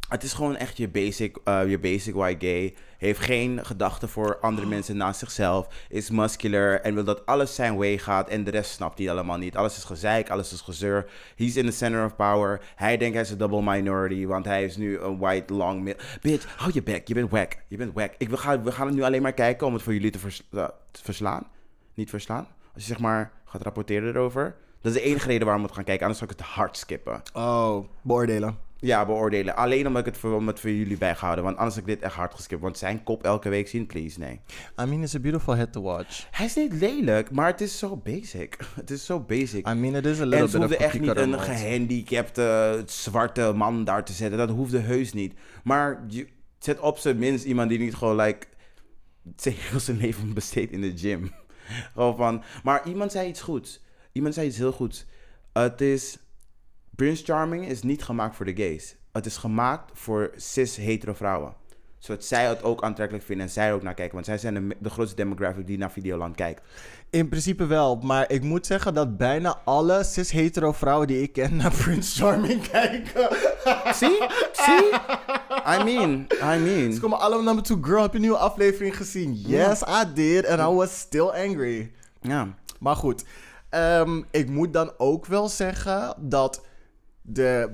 het is gewoon echt je basic, eh, je basic white gay. Heeft geen gedachten voor andere mensen naast zichzelf. Is muscular en wil dat alles zijn way gaat. En de rest snapt hij allemaal niet. Alles is gezeik, alles is gezeur. He's in the center of power. Hij denkt hij is een double minority, want hij is nu een white long male. Bitch, hou je bek. Je bent wack. Je bent wack. Ik, we, gaan, we gaan het nu alleen maar kijken om het voor jullie te, vers- eh, te verslaan. Niet verslaan. Als je zeg maar gaat rapporteren erover. Dat is de enige reden waarom we het gaan kijken. Anders zou ik het hard skippen. Oh, beoordelen. Ja, beoordelen. Alleen omdat ik het voor, om het voor jullie bijgehouden. Want anders had ik dit echt hard geskipt. Want zijn kop elke week zien, please, nee. I mean, it's a beautiful head to watch. Hij is niet lelijk, maar het is zo basic. Het is zo basic. I mean, it is a little en bit ze of hoefde echt niet Kiko een Raymond. gehandicapte eh, zwarte man daar te zetten. Dat hoefde heus niet. Maar je, zet op zijn minst iemand die niet gewoon, like, tegen zijn leven besteedt in de gym. gewoon van. Maar iemand zei iets goeds. Iemand zei iets heel goeds. Het is. Prince Charming is niet gemaakt voor de gays. Het is gemaakt voor cis-hetero vrouwen. Zodat zij het ook aantrekkelijk vinden en zij er ook naar kijken. Want zij zijn de, de grootste demographic die naar Videoland kijkt. In principe wel, maar ik moet zeggen dat bijna alle cis-hetero vrouwen die ik ken naar Prince Charming kijken. Zie? Zie? I mean, I mean. Ze komen allemaal naar me toe. Girl, heb je een nieuwe aflevering gezien? Yes, I did. And I was still angry. Ja. Maar goed, ehm, ik moet dan ook wel zeggen dat de,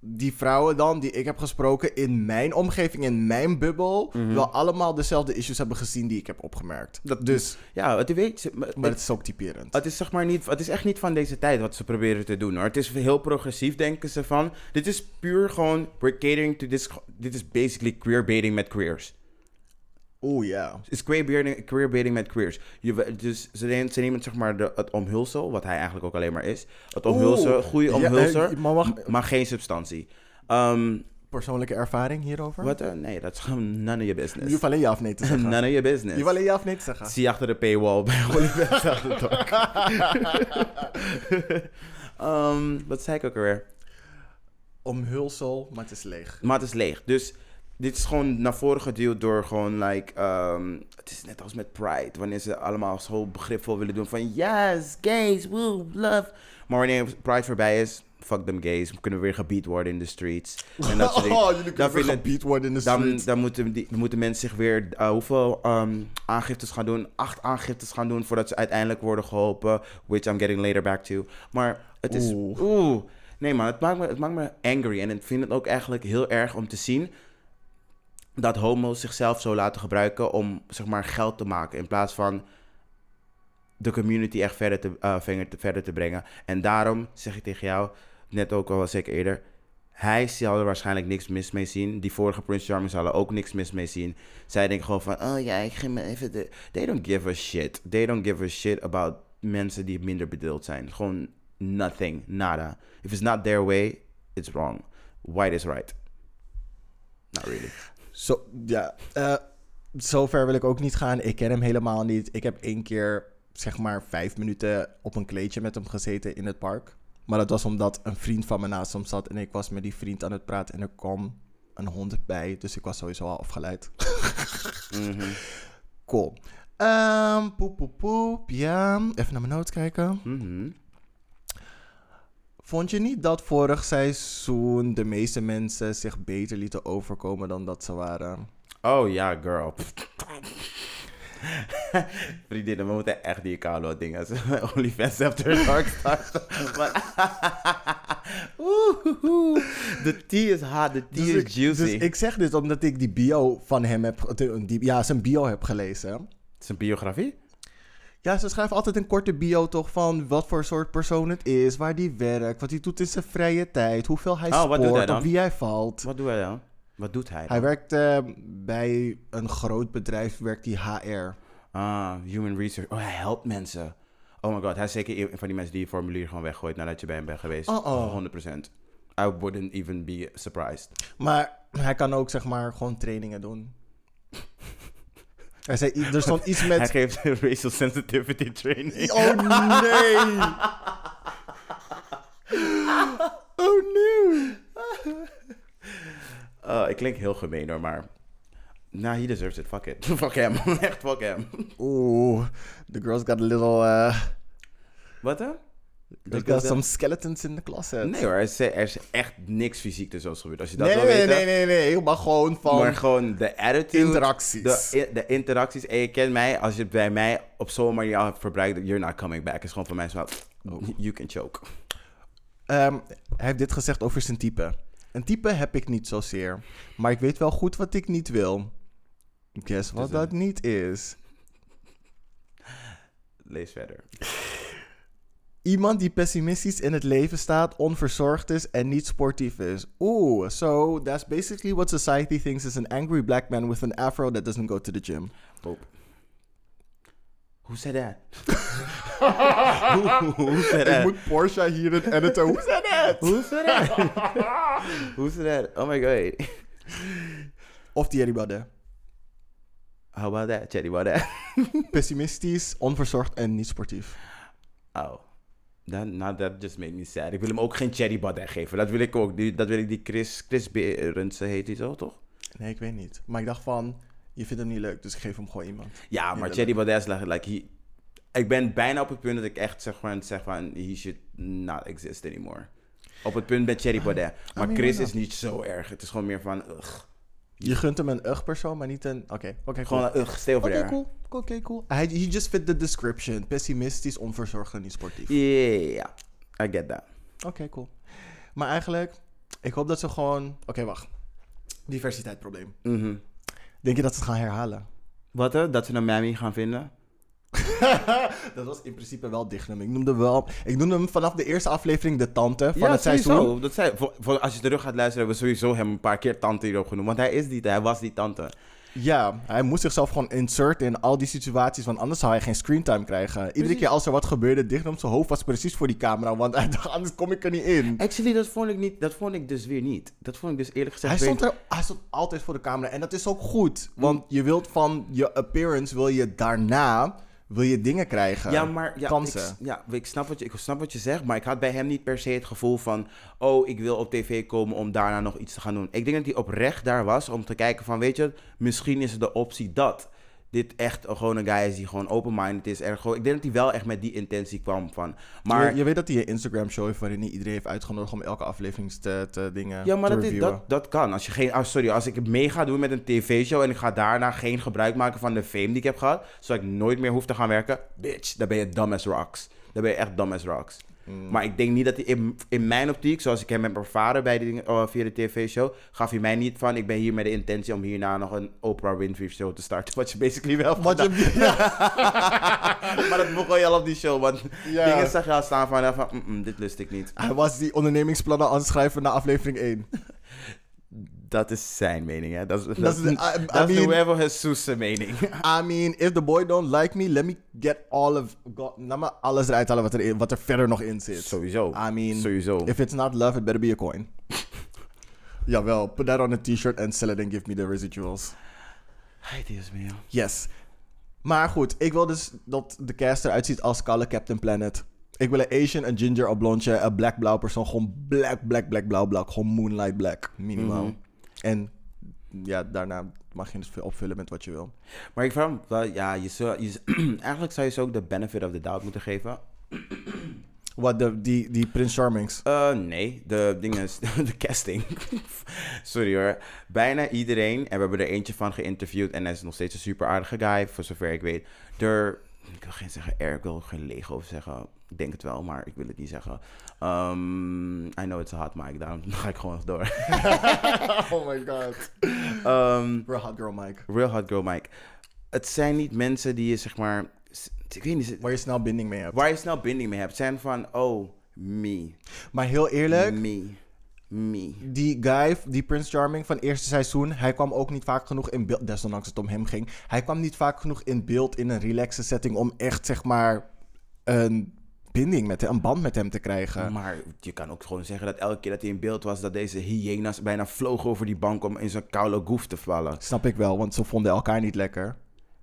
die vrouwen dan die ik heb gesproken in mijn omgeving, in mijn bubbel, wel allemaal dezelfde issues hebben gezien die ik heb opgemerkt. dus, Ja, het, weet, ze- maar- maar het is ook typerend. het is zeg maar niet, het is echt niet van deze tijd wat ze proberen te doen hoor. Het is heel progressief denken ze van, dit is puur gewoon, we're catering to this, dit is basically queerbaiting met queers. Oeh Oh, ja. is queerbaiting, queerbaiting met queers. Je, we- dus ze nemen, ze nemen zeg maar de, het omhulsel, wat hij eigenlijk ook alleen maar is. Het omhulsel, Oeh. goede Ja, omhulsel, eh, maar wacht. m- maar geen substantie. Ehm, Persoonlijke ervaring hierover? wat? eh, nee, dat is gewoon none of your Je business. hoeft alleen ja of nee te zeggen. None of your Je hoeft business. alleen ja of nee te zeggen. Zie je achter de paywall bij OnlyFans achter de dak. Ehm, wat zei ik ook alweer? Omhulsel, maar het is leeg. Maar het is leeg. Dus dit is gewoon naar voren geduwd door gewoon like... ehm, het is net als met Pride. Wanneer ze allemaal zo begripvol willen doen van... Yes, gays, woo, love. Maar wanneer Pride voorbij is... Fuck them gays. We kunnen weer gebied worden in de streets. En dat soort dingen. Oh, jullie Dan kunnen weer vinden- gebeat worden in de dan, street. dan moeten, die, moeten mensen zich weer eh, hoeveel ehm, aangiftes gaan doen. Acht aangiftes gaan doen voordat ze uiteindelijk worden geholpen. Which I'm getting later back to. Maar het is. Oeh. Oeh. Nee man, het maakt, me, het maakt me angry. En ik vind het ook eigenlijk heel erg om te zien dat homo's zichzelf zo laten gebruiken om zeg maar geld te maken. In plaats van de community echt verder te, eh, vinger te- verder te brengen. En daarom zeg ik tegen jou, net ook al zeker eerder. Hij zal er waarschijnlijk niks mis mee zien. Die vorige Prince Charming zal er ook niks mis mee zien. Zij denken gewoon van, oh ja, ik geef me even de... They don't give a shit. They don't give a shit about mensen die minder bedeeld zijn. Gewoon nothing, nada. If it's not their way, it's wrong. White is right. Not really. Zo, ja. eh, zover wil ik ook niet gaan. Ik ken hem helemaal niet. Ik heb één keer, zeg maar, vijf minuten op een kleedje met hem gezeten in het park. Maar dat was omdat een vriend van me naast hem zat en ik was met die vriend aan het praten en er kwam een hond bij. Dus ik was sowieso al afgeleid. Mm-hmm. Cool. Ehm poep, poep, poep. Ja, even naar mijn notes kijken. Mhm. Vond je niet dat vorig seizoen de meeste mensen zich beter lieten overkomen dan dat ze waren? Oh ja, girl. Vriendinnen, we moeten echt die Carlo dingen als OnlyFans After Dark starten. Maar- Oeh, De tea is hot, de tea is ik, juicy. dus ik zeg dit omdat ik die bio van hem heb, die, ja, zijn bio heb gelezen. Zijn biografie? Ja, ze schrijven altijd een korte bio toch van wat voor soort persoon het is, waar die werkt, wat hij doet in zijn vrije tijd, hoeveel hij Oh, wat doet hij sport, dan? op wie hij valt. Wat doet hij dan? Wat doet hij? Hij werkt eh, bij een groot bedrijf, werkt hij HR. Ah, human research. Oh, hij helpt mensen. Oh my god, hij is zeker een van die mensen die je formulier gewoon weggooit nadat je bij hem bent geweest. Oh, oh. 100%. I wouldn't even be surprised. Maar hij kan ook zeg maar gewoon trainingen doen. Er, zei, i- er stond iets Hij met... geeft racial sensitivity training. Oh nee! Oh nee! Eh, ik klink heel gemeen hoor, maar. Nou, he deserves it. Fuck it. Fuck hem. Echt fuck hem. Oeh, the girls got a little... Uh, Wat hè? they got some skeletons in the closet. Nee hoor, er is, er is echt niks fysiek tussen ons gebeurd. Als je dat nee, wil nee, nee, weten. nee, nee, nee, Maar gewoon van... Maar gewoon de attitude. Interacties. De, de interacties. En je kent mij, als je het bij mij op zo'n manier al verbruikt, you're not coming back. is gewoon voor mij zo. You can choke. Ehm, hij heeft dit gezegd over zijn type. Een type heb ik niet zozeer. Maar ik weet wel goed wat ik niet wil. Guess wat dat niet is. Lees verder. Iemand die pessimistisch in het leven staat, onverzorgd is en niet sportief is. Oeh, so that's basically what society thinks is an angry black man with an afro that doesn't go to the gym. Hoop. Who said that? Who said that? Porsche hier een editor. Hoe zei dat? Who said that? Who said that? Oh my god. Of die anybody. How about that, Chatty? About that? Pessimistisch, onverzorgd en niet sportief. Oh. Dat, nou, dat just made me sad. Ik wil hem ook geen Chatty About that geven. Dat wil ik ook. Die, dat wil ik die Chris, Chris Berendsen heet hij zo, toch? Nee, ik weet niet. Maar ik dacht van, je vindt hem niet leuk, dus ik geef hem gewoon iemand. Ja, maar Thierry Baudet is like, like he, ik ben bijna op het punt dat ik echt zeg van, zeg van, he should not exist anymore. Op het punt met Thierry Baudet. Ah, Maar mean, Chris why is not? niet zo erg. Het is gewoon meer van, ugh. Je gunt hem een ugh persoon, maar niet een... Oké, oké, cool. Gewoon, ugh, stay over Oké, there. cool. Oké, cool. Hij, he just fit the description. Pessimistisch, onverzorgd en niet sportief. Yeah, I get that. Oké, cool. Maar eigenlijk, ik hoop dat ze gewoon... Oké, wacht. Diversiteitsprobleem. Denk je dat ze het gaan herhalen? Wat hè? Dat ze een mammy gaan vinden? dat was in principe wel dichtnum. Ik noemde, wel, ik noemde hem vanaf de eerste aflevering de tante van ja, het sowieso. seizoen. Dat zei, voor, voor- als je terug gaat luisteren, hebben we sowieso hem een paar keer tante hierop genoemd. Want hij is die, hij was die tante. Ja, hij moest zichzelf gewoon inserten in al die situaties, want anders zou hij geen screentime krijgen. Iedere keer als er wat gebeurde, dicht om zijn hoofd was precies voor die camera, want hij dacht, anders kom ik er niet in. Actually, dat vond ik, niet, dat vond ik dus weer niet. Dat vond ik dus eerlijk gezegd Hij weer- stond, er, hij stond altijd voor de camera en dat is ook goed, want je wilt van je appearance, wil je daarna, wil je dingen krijgen. Ja, maar ja, ik, kansen. ja, ik, snap wat je, ik snap wat je zegt, maar ik had bij hem niet per se het gevoel van... oh, ik wil op tv komen om daarna nog iets te gaan doen. Ik denk dat hij oprecht daar was om te kijken van... weet je, misschien is de optie dat dit echt een- gewoon een guy is die gewoon open-minded is. En gewoon, ik denk dat hij wel echt met die intentie kwam van... maar je, je weet dat hij een Instagram show heeft waarin hij iedereen heeft uitgenodigd om elke aflevering te, te dingen Ja, maar te dat, is, reviewen. dat, dat kan. Als je geen, ah, sorry, als ik mee ga doen met een tv-show en ik ga daarna geen gebruik maken van de fame die ik heb gehad, zodat ik nooit meer hoef te gaan werken, bitch, dan ben je dumb as rocks. Dan ben je echt dumb as rocks. Mm. Maar ik denk niet dat hij in, in mijn optiek, zoals ik hem heb ervaren bij die, dingen- oh, via de tv-show, gaf hij mij niet van, ik ben hier met de intentie om hierna nog een Oprah Winfrey show te starten. Wat je basically wel Wat gedaan- je- maar dat mocht je al op die show, want Ja. dingen zag je al staan van, van "Mm, mm, dit lust ik niet. Hij was die ondernemingsplannen aan het schrijven na aflevering 1. Dat is zijn mening, hè? Dat is, dat is- is, I- I dat is mean- Nuevo Jesus' mening. I mean, if the boy don't like me, let me get all of... God, laat me alles eruit halen wat er, wat er verder nog in zit. Sowieso. I mean, Sowieso. if it's not love, it better be a coin. Jawel, put that on a t-shirt and sell it and give me the residuals. Hij is meer. Yes. Maar goed, ik wil dus dat de cast eruit ziet als kale Captain Planet. Ik wil een Asian, een ginger, een blondje, een black blauw persoon. Gewoon black, black, black, blauw, blauw. Gewoon moonlight black, minimaal. En ja, daarna mag je het opvullen met wat je wil. Maar ik vraag me wel, ja, je zou, je, eigenlijk zou je ze ook de benefit of the doubt moeten geven. Wat, de, die, die Prince Charmings. Eh, nee, de ding is, de casting. Sorry hoor. Bijna iedereen, en we hebben er eentje van geïnterviewd, en hij is nog steeds een super aardige guy, voor zover ik weet. Er, ik wil geen zeggen er, ik wil ook geen Lego of zeggen. Ik denk het wel, maar ik wil het niet zeggen. Ehm, I know it's a hot mic, daarom ga ik gewoon door. Oh my god. Ehm We're hot girl Mike. Real Hot Girl Mike. Het zijn niet mensen die je zeg maar s- Ik weet niet. Waar je snel binding mee hebt. Waar je snel binding mee hebt. Zijn van, oh, me. Maar heel eerlijk, Me. Me. die guy, die Prince Charming van het eerste seizoen, hij kwam ook niet vaak genoeg in beeld, desondanks het om hem ging. Hij kwam niet vaak genoeg in beeld in een relaxe setting om echt, zeg maar, een binding met hem, een band met hem te krijgen. Maar je kan ook gewoon zeggen dat elke keer dat hij in beeld was, dat deze hyena's bijna vlogen over die bank om in zijn koude goef te vallen. Snap ik wel, want ze vonden elkaar niet lekker.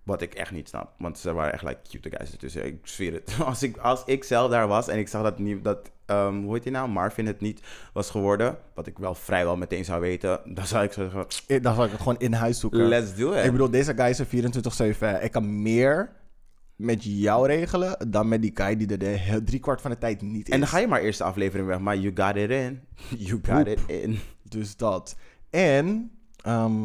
Wat ik echt niet snap. Want ze waren echt like cute guys ertussen. Ik zweer het. Als ik, als ik zelf daar was en ik zag dat, nie, dat ehm, hoe heet die nou? Marvin het niet was geworden. Wat ik wel vrijwel meteen zou weten. Dan zou ik zeggen, Eh, Dan zou ik het gewoon in huis zoeken. let's do it. Ik bedoel, deze guy is een 24-7. hè. Ik kan meer met jou regelen dan met die guy die er de he- driekwart van de tijd niet is. en dan ga je maar eerst de aflevering weg. Maar you got it in. You got Oep. it in. Dus dat. En ehm,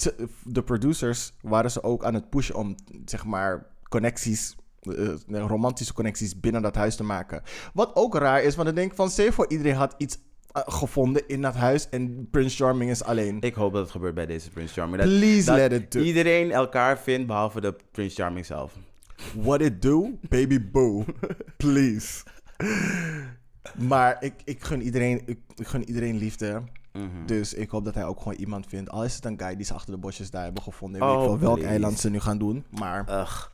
ze- de producers waren ze ook aan het pushen om, zeg maar, connecties, eh, romantische connecties binnen dat huis te maken. Wat ook raar is, want ik denk van, zeer voor iedereen had iets eh, gevonden in dat huis en Prince Charming is alleen. Ik hoop dat het gebeurt bij deze Prince Charming. Dat, Please dat let it do. iedereen elkaar vindt, behalve de Prince Charming zelf. What it do, baby boo. Please. Maar ik, ik, gun iedereen, ik, ik gun iedereen liefde. Mhm. Dus ik hoop dat hij ook gewoon iemand vindt. Al is het een guy die ze achter de bosjes daar hebben gevonden. Ik weet Oh, ik veel welk please. Eh. eiland ze nu gaan doen. Maar Ugh.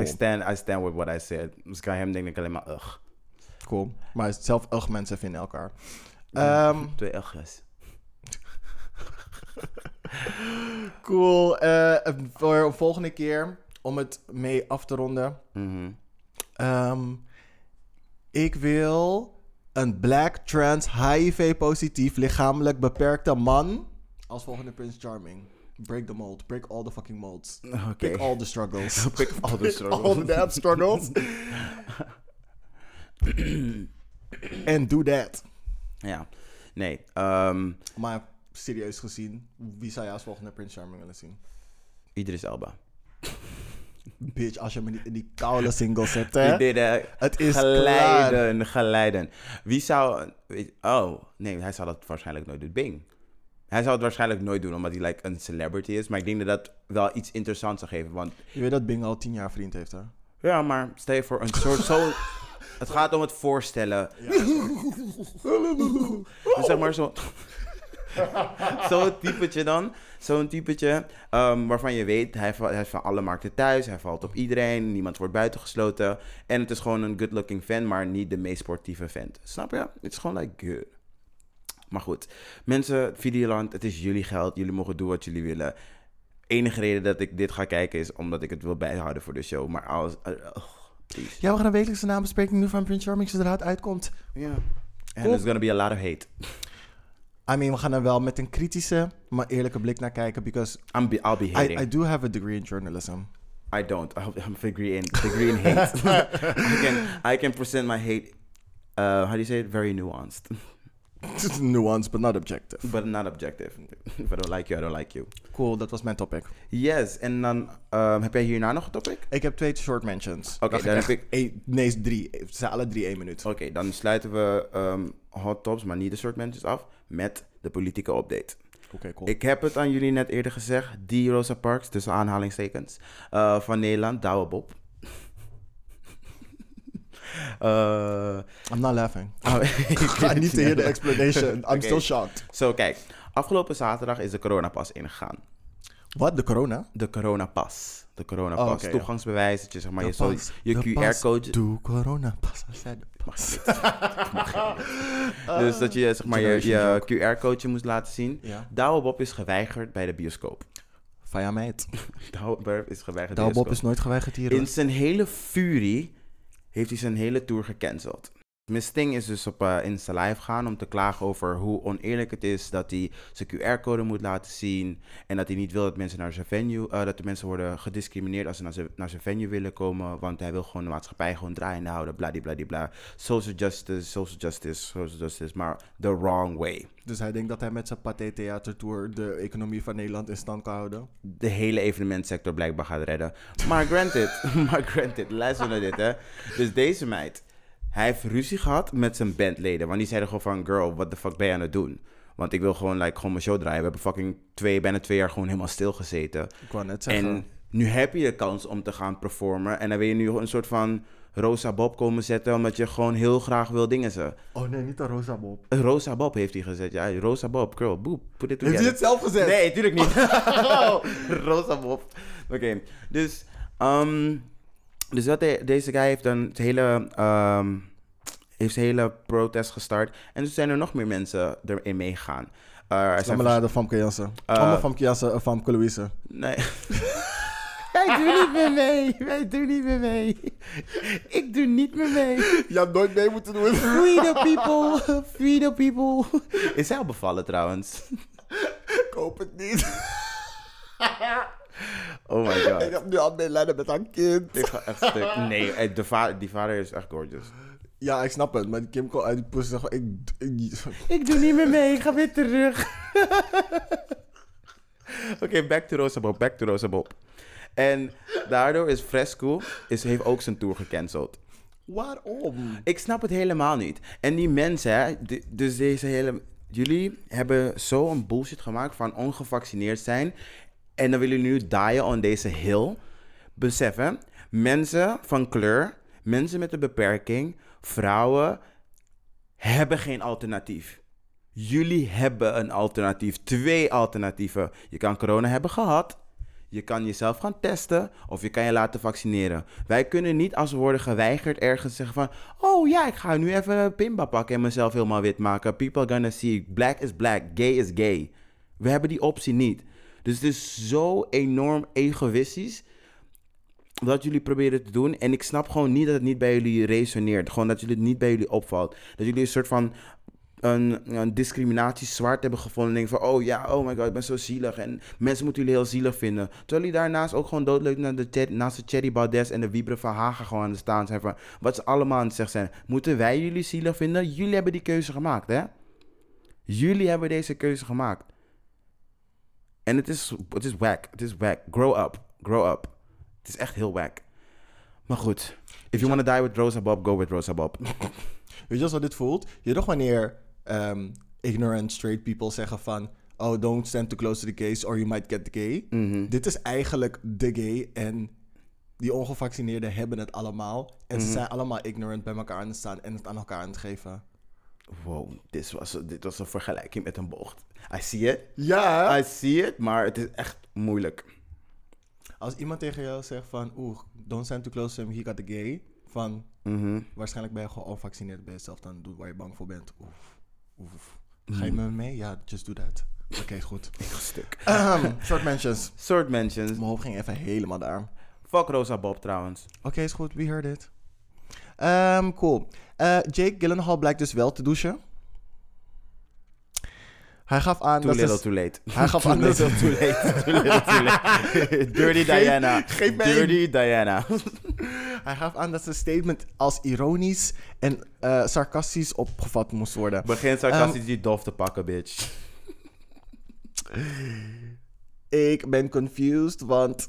I stand, I stand with what I said. Dus kan hem denk ik alleen maar ugh. cool. Maar zelf elk mensen vinden elkaar. Ehm, Twee ughs. cool. Eh, voor de volgende keer, om het mee af te ronden. Mhm. Ehm, ik wil een black, trans, HIV-positief, lichamelijk beperkte man als volgende Prince Charming. Break the mold. Break all the fucking molds. Oké. Pick all the struggles. Pick all the struggles. all the damn struggles. And do that. Ja, nee. ehm, Maar serieus gezien, wie zou jij als volgende Prince Charming willen zien? Idris Elba. Bitch, als je me niet in die koude single zet, Die hè? deden Het is geleiden, geleiden. Wie zou... weet- Oh, nee, hij zou dat waarschijnlijk nooit doen. Bing. Hij zou het waarschijnlijk nooit doen, omdat hij like, een celebrity is. Maar ik denk dat dat wel iets interessants zou geven. Want Je weet dat Bing al tien jaar vriend heeft, hè? ja, maar stel je voor een soort zo... Het gaat om het voorstellen. Dus zeg maar zo... Zo'n typetje dan. Zo'n typetje ehm, waarvan je weet, hij, va- hij is van alle markten thuis. Hij valt op iedereen. Niemand wordt buitengesloten. En het is gewoon een good-looking fan, maar niet de meest sportieve vent. Snap je? Het is gewoon like good. Maar goed, mensen, Videoland, het is jullie geld. Jullie mogen doen wat jullie willen. Enige reden dat ik dit ga kijken is omdat ik het wil bijhouden voor de show. Maar als... eh, oh, please. Ja, we gaan een wekelijkse nabespreking doen van Prince Charming zodra het uitkomt. And there's gonna be a lot of hate. I mean, we gaan er wel met een kritische, maar eerlijke blik naar kijken. Because I'm be, I'll be I, hating. I do have a degree in journalism. I don't. I- I'm degree in degree in hate. I can I can present my hate. Uh, how do you say it? Very nuanced, Nuance, but not objective. but not objective. If I don't like you, I don't like you. Cool, dat was mijn topic. Yes. En dan um, heb jij hierna nog een topic? Ik heb twee short mentions. Oké, Dan ga dan echt heb ik- één- nee, drie. Ze zijn alle drie één minuut. Oké, dan sluiten we ehm, hot tops, maar niet de soort mensen af met de politieke update. Oké, cool. Ik heb het aan jullie net eerder gezegd. Die Rosa Parks, tussen aanhalingstekens, eh, van Nederland, Douwe Bob. Eh, I'm not laughing. Oh, Ik ga niet te hear the explanation. I'm Oké. still shocked. Zo, kijk. Afgelopen zaterdag is de coronapas ingegaan. Wat, de corona? De coronapas. De coronapas. Oh, oké, ja. Toegangsbewijs. Dat je zeg maar je, De zo- pas, je de pas, QR-code... Doe corona. Pas, I said the pas. dus dat je zeg maar je, je Eh, Generation QR-code moest laten zien. Ja. Douwe Bob is geweigerd bij de bioscoop. Vaya meid. Douwe Bob is geweigerd bij de Douwe Bob bioscoop. is nooit geweigerd hier. dus. hoor. In zijn hele furie heeft hij zijn hele tour gecanceld. Miss Sting is dus op eh, Insta Live gegaan om te klagen over hoe oneerlijk het is dat hij zijn QR-code moet laten zien. En dat hij niet wil dat mensen naar zijn venue, eh, dat de mensen worden gediscrimineerd als ze naar zijn, naar zijn venue willen komen. Want hij wil gewoon de maatschappij gewoon draaiende houden, bladibladibla. Social justice, social justice, social justice, maar the wrong way. Dus hij denkt dat hij met zijn Pathé Theater Tour de economie van Nederland in stand kan houden. de hele evenementsector blijkbaar gaat redden. Maar granted, maar granted, luister naar dit hè. Dus deze meid, hij heeft ruzie gehad met zijn bandleden. Want die zeiden gewoon van, girl, what the fuck ben je aan het doen? Want ik wil gewoon, like, gewoon mijn show draaien. We hebben fucking twee, bijna twee jaar gewoon helemaal stilgezeten. Ik wou net zeggen. En nu heb je de kans om te gaan performen. En dan wil je nu een soort van Rosa Bob komen zetten, omdat je gewoon heel graag wil dingen ze. Oh nee, niet de Rosa Bob. Rosa Bob heeft hij gezet, ja. Rosa Bob, girl, boep. Put Heeft it hij together. het zelf gezet? Nee, tuurlijk niet. Rosa Bob. Oké, dus, ehm, dus dat de- deze guy heeft dan het hele, ehm, heeft het hele protest gestart. En toen zijn er nog meer mensen erin meegegaan. Eh, er zijn Samela de Famke Jansen. Allemaal Famke Jansen en Famke Louise. Nee. Wij doen niet meer mee. Wij doen niet meer mee. Ik doe niet meer mee. Je had nooit mee moeten doen. Free the people. Free the people. Is zij al bevallen trouwens? Ik hoop het niet. Oh my god. heb nu al medelijden met haar kind. Ik ga echt stuk. Nee, eh, de va die vader is echt gorgeous. Ja, ik snap het. Maar die Kim kwam uit die poes en zei gewoon, ik... ik Ik doe niet meer mee. Ik ga weer terug. Oké, back to Rosa Bob. Back to Rosa Bob. En daardoor is Fresco is, heeft ook zijn tour gecanceld. Waarom? Ik snap het helemaal niet. En die mensen, hè, d- dus deze hele. Jullie hebben zo'n bullshit gemaakt van ongevaccineerd zijn. En dan willen jullie nu daaien on deze hill. Beseffen, mensen van kleur, mensen met een beperking, vrouwen hebben geen alternatief. Jullie hebben een alternatief, twee alternatieven. Je kan corona hebben gehad. Je kan jezelf gaan testen of je kan je laten vaccineren. Wij kunnen niet als we worden geweigerd ergens zeggen van... Oh ja, ik ga nu even een pimba pakken en mezelf helemaal wit maken. People gonna see black is black, gay is gay. We hebben die optie niet. Dus het is zo enorm egoïstisch wat jullie proberen te doen. En ik snap gewoon niet dat het niet bij jullie resoneert. Gewoon dat jullie het niet bij jullie opvalt. Dat jullie een soort van een, een discriminatie zwart hebben gevonden. En denken van, oh ja, oh my god, ik ben zo zielig. En mensen moeten jullie heel zielig vinden. Terwijl jullie daarnaast ook gewoon doodleuk naar de chat, naast de Thierry Baudes en de Wibre van Hagen gewoon aan de staan zijn. Van, wat ze allemaal aan het zeggen zijn. Moeten wij jullie zielig vinden? Jullie hebben die keuze gemaakt, hè? Jullie hebben deze keuze gemaakt. En het is, het is wack. Het is wack. Grow up. Grow up. Het is echt heel wack. Maar goed. If you want to die with Rosa Bob, go with Rosa Bob. Weet je als wat dit voelt? Je toch wanneer ehm, ignorant straight people zeggen van... Oh, don't stand too close to the gays or you might get the gay. Dit is eigenlijk de gay en die ongevaccineerden hebben het allemaal. En ze zijn allemaal ignorant bij elkaar aan het staan en het aan elkaar aan het geven. Wow, dit was, dit was een vergelijking met een bocht. I see it. Ja, I see it, maar het is echt moeilijk. Als iemand tegen jou zegt van, oeh, don't stand too close to him, he got the gay. Van, Mhm. waarschijnlijk ben je gewoon al gevaccineerd bij jezelf, dan doe waar je bang voor bent. Oef, oef. Ga je met me mee? Ja, just do that. Oké, goed. Stuk. Ahem, short mentions. Sword mentions. Mijn hoofd ging even helemaal daar. Oké, Fuck Rosa Bob trouwens. is goed. We heard it. Ehm, cool. Eh, Jake Gyllenhaal blijkt dus wel te douchen. Hij gaf aan Too dat little, ze... too late. Hij gaf Too aan dat little, ze... too late. Too little, too late. Dirty Diana. geef mij Dirty Diana. Hij gaf aan dat zijn statement als ironisch en eh, sarcastisch opgevat moest worden. Begin Ehm. sarcastisch die dof te pakken, bitch. Ik ben confused, want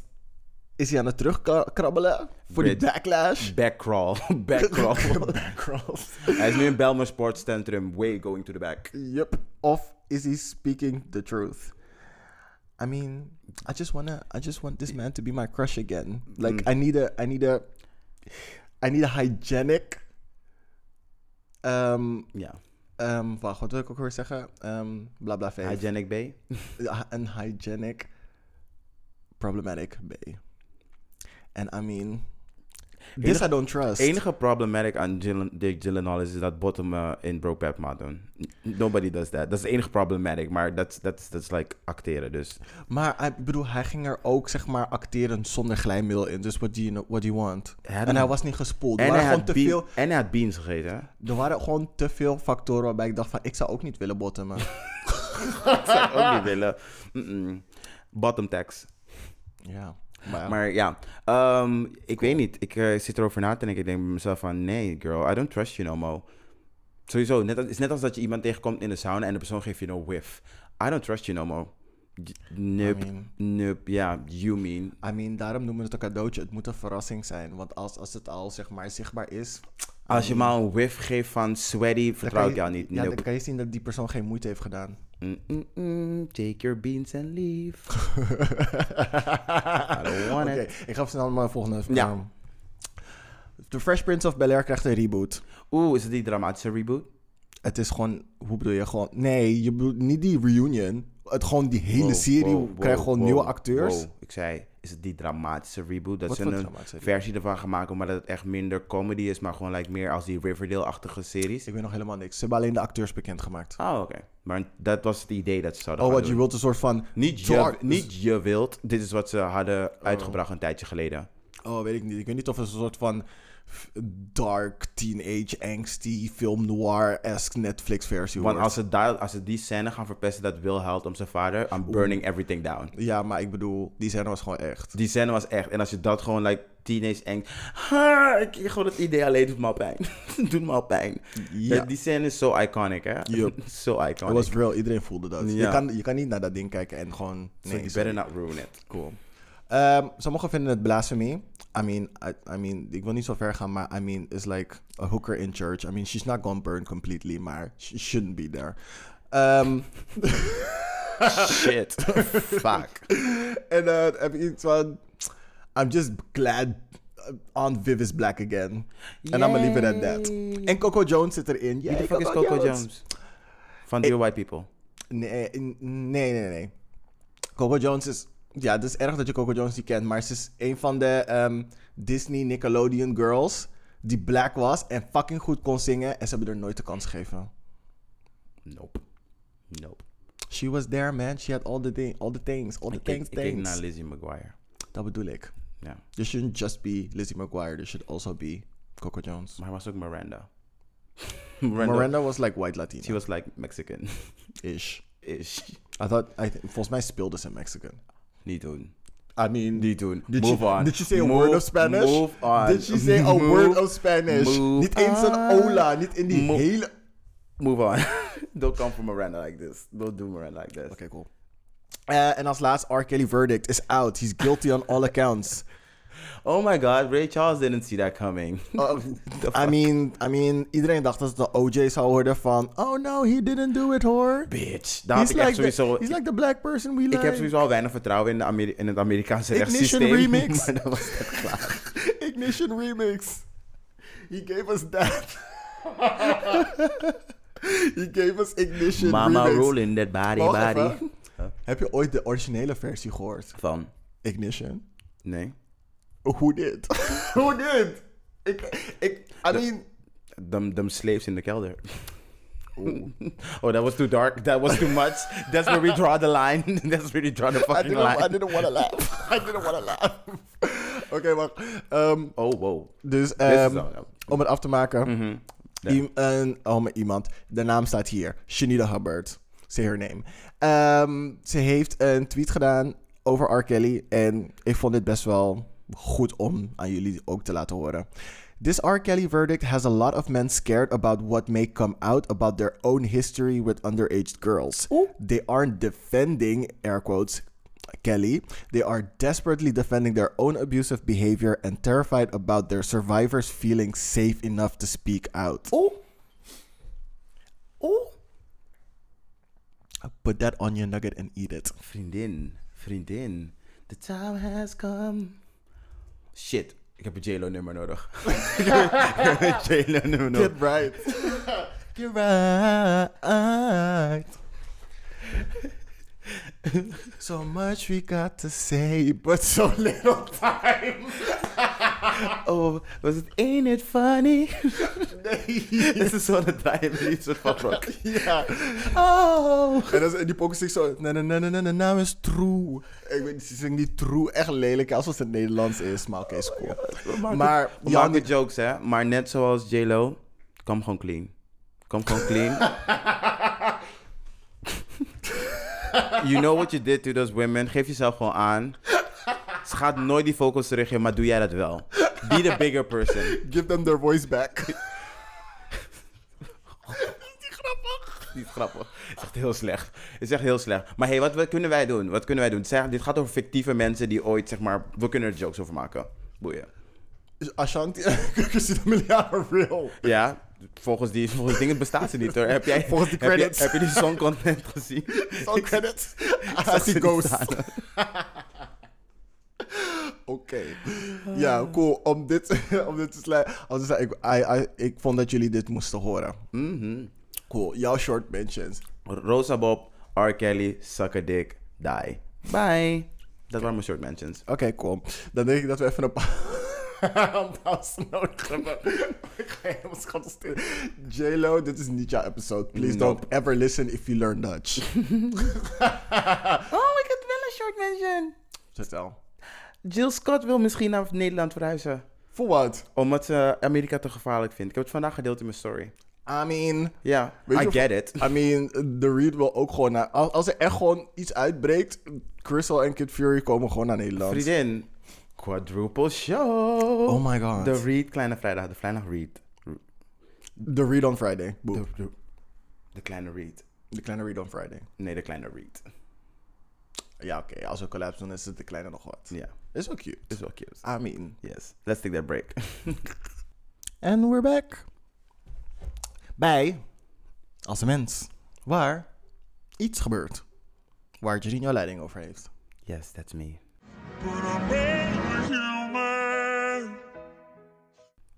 is hij aan het terugkrabbelen voor die Brit. backlash? Backcrawl. Backcrawl. Backrolls. Hij is nu in Belmer Sports Centrum. Way going to the back. Yep. Of is he speaking the truth? I mean, I just wanna, I just want this man to be my crush again. Like I need a, I need a, I need a hygienic. Ehm, Ja. ehm, wacht, wat wil ik ook weer zeggen? Ehm bla bla vee. Hygienic Bay. Ja, een hygienic problematic B. And I mean, this Enige- I don't trust. Het enige problematic aan Gyllen, Dick Gyllenhaal is dat bottom eh, in Brokeback Mountain. Nobody does that. Dat is het enige problematic, maar dat is- dat is- dat is like acteren dus. Maar ik bedoel, hij ging er ook zeg maar acteren zonder glijmiddel in. Dus what do you, know, what do you want? Hij had en hij een- was niet gespoeld. Er En waren, hij, gewoon had te bean- veel, en hij had beans gegeten. hè? er waren gewoon te veel factoren waarbij ik dacht van, ik zou ook niet willen bottomen. Dat zou ik ook niet willen. Mm-mm. Bottom tax. ja. Maar, ja. Maar ja, ehm, ik weet niet. Ik eh, zit erover na te denken. Ik denk bij mezelf van, nee girl, I don't trust you no more. Sowieso, net als, het is net als dat je iemand tegenkomt in de sauna en de persoon geeft je een whiff. I don't trust you no more. J- Nope, mean- nope, ja, you mean. I mean, daarom noemen we het een cadeautje. Het moet een verrassing zijn. Want als, als het al zeg maar zichtbaar is, Als je maar een whiff geeft van sweaty, Dan kan vertrouw ik je- jou niet. Ja, Nope. dan kan je zien dat die persoon geen moeite heeft gedaan. Mm, mm, mm, take your beans and leave. I don't want Oké, it. ik ga snel naar mijn volgende vraag. Ja. The Fresh Prince of Bel-Air krijgt een reboot. Oeh, is het die dramatische reboot? Het is gewoon, hoe bedoel je gewoon? Nee, je bedoelt niet die reunion. Het gewoon die hele Wow, serie wow, wow, krijgt gewoon wow, nieuwe acteurs. wow. Ik zei, is het die dramatische reboot? Dat Wat ze voor een dramatische versie ervan gaan maken, maar dat het echt minder comedy is, maar gewoon lijkt meer als die Riverdale-achtige series. Ik weet nog helemaal niks. Ze hebben alleen de acteurs bekendgemaakt. Ah, oké. Maar dat was het idee dat ze zouden oh, gaan wat je doen. wilt een soort van... Niet je, dark- niet je wilt. Dit is wat ze hadden uitgebracht een tijdje geleden. Oh, weet ik niet. Ik weet niet of het een soort van f- dark, teenage, angsty, film noir-esque Netflix versie Want wordt. als ze, daar, als ze die scène gaan verpesten dat Will helpt om zijn vader, I'm burning everything down. Ja, maar ik bedoel, die scène was gewoon echt. Die scène was echt. En als je dat gewoon, like, teenage eng... Ha, ik gewoon het idee alleen doet me al pijn. doet me al pijn. Ja. Dat- Die scène is zo iconic, hè? Yup. zo Het iconic. was real, iedereen voelde dat. Je, Ja. kan, je kan niet naar dat ding kijken en gewoon... so Nee, you sorry. better not ruin it. Cool. Ehm, sommigen vinden het blasphemy. I mean, I, I mean, ik wil niet zo ver gaan, maar I mean, it's like a hooker in church. I mean, she's not gonna burn completely, maar she shouldn't be there. Ehm, Shit. Fuck. en dan heb ik iets van, I'm just glad uh, Aunt Viv is black again. And I'm gonna leave it at that. Yay. En Coco Jones zit erin. Wie Yay, de fuck is Coco Jones? Van Dear White People. Nee, nee, nee, nee. Coco Jones is. Ja, het is erg dat je Coco Jones niet kent, maar ze is een van de ehm, Disney Nickelodeon girls die black was en fucking goed kon zingen en ze hebben er nooit de kans gegeven. Nope. Nope. She was there, man. She had all the, thi- all the things, all the Ik keek, things, ik keek things. naar Lizzie McGuire. Dat bedoel ik. Ja. You shouldn't just be Lizzie McGuire, there should also be Coco Jones. Maar hij was ook Miranda. Miranda, Miranda. was like white She Latina. was like Mexican-ish. Ish. I thought, I th- volgens mij speelde ze Mexican. Niet doen. I mean, Niet doen. Did move she, on. Did she say a Move- word of Spanish? Move on. Did she say a Move- word of Spanish? move Niet eens een on. ola, niet in die Move- hele... Oké, Move on. Don't come for Miranda like this. Don't do Miranda like this. cool. Eh, en als laatst, R. Kelly verdict is out. He's guilty on all accounts. Oh my god, Ray Charles didn't see that coming. Oh, I, mean, I mean, iedereen dacht dat het de OJ zou worden van... Oh no, he didn't do it, hoor. Bitch. Daar had ik like echt sowieso... the, he's like the black person we like. Ik heb sowieso al weinig vertrouwen in, de Ameri- in het Amerikaanse Ignition rechtssysteem. remix. Maar dat was echt klaar. Ignition remix. He gave us that. he gave us Ignition Mama remix. rolling that body Wacht body. even. Heb je ooit de originele versie gehoord? Van? Ignition? Oh, Nee. Hoe dit? Hoe dit? Ik, ik, I mean... Them, them slaves in the kelder. oh, that was too dark. That was too much. That's where we draw the line. That's where we draw the I fucking didn't, I line. didn't want to laugh. I didn't want to laugh. Oké, wacht. Ehm, Oh, wow. dus is ehm, wel- Mhm. om het af te maken. Ja. iem- een, oh, maar iemand. De naam staat hier. Shanida Hubbard. Say her name. Ehm, ze heeft een tweet gedaan over R. Kelly. En ik vond dit best wel goed om aan jullie ook te laten horen. This R. Kelly verdict has a lot of men scared about what may come out about their own history with underage girls. They aren't defending, air quotes, Kelly. They are desperately defending their own abusive behavior and terrified about their survivors feeling safe enough to speak out. Oh. Oh. Put that on your nugget and eat it. Vriendin. Vriendin. The time has come. Shit. Ik heb een J-Lo nummer nodig. ik heb een J-Lo nummer nodig. right. Get right. So much we got to say, but so little time. Oh, was het Ain't It Funny? Nee. Dit is zo'n draaienlied, soort van rock. ja. Oh. En, dat is, en die pokus ik zo. Na na na na na na naam is true. Ik weet niet, ze zingt niet true. Echt lelijk, alsof het Nederlands is. Maar oké, is cool. maar We ja, maken jokes, hè? Maar net zoals J-Lo, kom gewoon clean. Kom gewoon clean. you know what you did to those women. Geef jezelf gewoon aan. Ze gaat nooit die focus teruggeven, maar doe jij dat wel. Be the bigger person. give them their voice back. Niet grappig. Het is echt heel slecht. Het is echt heel slecht. Maar hey, wat, wat kunnen wij doen? Wat kunnen wij doen? Zeg, dit gaat over fictieve mensen die ooit, zeg maar... We kunnen er jokes over maken. Boeien. Ashanti en Kukusidamiliana real. Ja, volgens die volgens dingen bestaat ze niet hoor. Heb jij, Volgens die heb je- credits. Heb je, die songcontent gezien? All credits. zag As ze he niet goes. staan. Oké. Ja, cool. Om dit, om dit te sluiten. Als ik, zei, ik, I- I- ik vond dat jullie dit moesten horen. Mhm. Cool. Jouw short mentions. Rosa Bob, R. Kelly, suck a dick, die. Bye. Dat waren mijn short mentions. Oké, cool. Dan denk ik dat we even een, pa- een pauze nodig hebben. ik ga helemaal schattig stil. J-Lo, dit is niet jouw episode. Please Nope. don't ever listen if you learn Dutch. Oh, ik had wel een short mention. Vertel. Jill Scott wil misschien naar Nederland verhuizen. Voor wat? Omdat ze Amerika te gevaarlijk vindt. Ik heb het vandaag gedeeld in mijn story. I mean... Ja, Weet je I of- get it. I mean, The Reed wil ook gewoon naar... Als, als er echt gewoon iets uitbreekt... Crystal en Kid Fury komen gewoon naar Nederland. Vriendin, quadruple show. Oh my god. De Reed, Kleine Vrijdag, de Kleine Reed. The Reed on Friday. Boe. De, de- de Kleine Reed. De kleine Reed on Friday. Nee, de Kleine Reed. Ja, oké. Als we collapse doen, is het de kleine nog wat. Ja, Is wel cute. is wel cute. I mean... Yes, let's take that break. And we're back. Bij Als een mens. Waar iets gebeurt. Waar Janine jouw leiding over heeft. yes, that's me.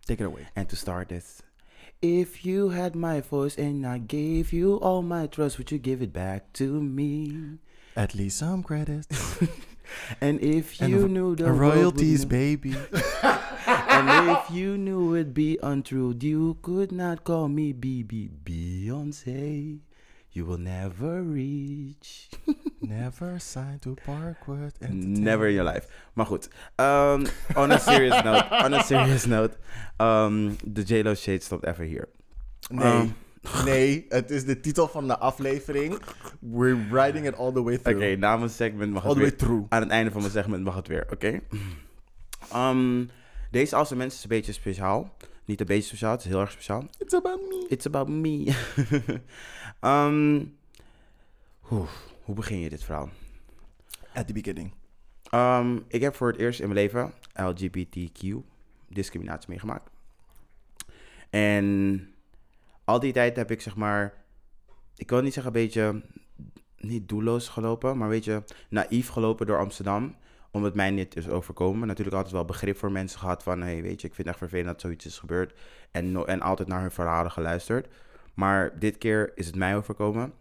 Take it away. And to start this. If you had my voice and I gave you all my trust, would you give it back to me? At least some credits. And if And you ro- knew the world would royalties, know- baby. And if you knew it'd be untrue, you could not call me BB Beyonce. You will never reach. Never signed to Parkwood. Entertainment. never in your life. Maar goed. Um, on a serious note. On a serious note. Um, de JLo shade stopt even hier. Nee. Um, nee, het is de titel van de aflevering. We're riding it all the way Oké, through. na mijn segment mag all het the way weer. through. Aan het einde van mijn segment mag het weer, oké? Ehm, deze Als een Mens is een beetje speciaal. Niet een beetje speciaal, het is heel erg speciaal. It's about me. It's about me. Ehm, hoe, hoe begin je dit verhaal? At the beginning. Ehm, ik heb voor het eerst in mijn leven LGBTQ discriminatie meegemaakt. En al die tijd heb ik zeg maar, ik wil niet zeggen een beetje, niet doelloos gelopen, maar een beetje naïef gelopen door Amsterdam. Omdat mij dit is overkomen. Natuurlijk altijd wel begrip voor mensen gehad van, hey, weet je, ik vind het echt vervelend dat zoiets is gebeurd. En, no- en altijd naar hun verhalen geluisterd. Maar dit keer is het mij overkomen.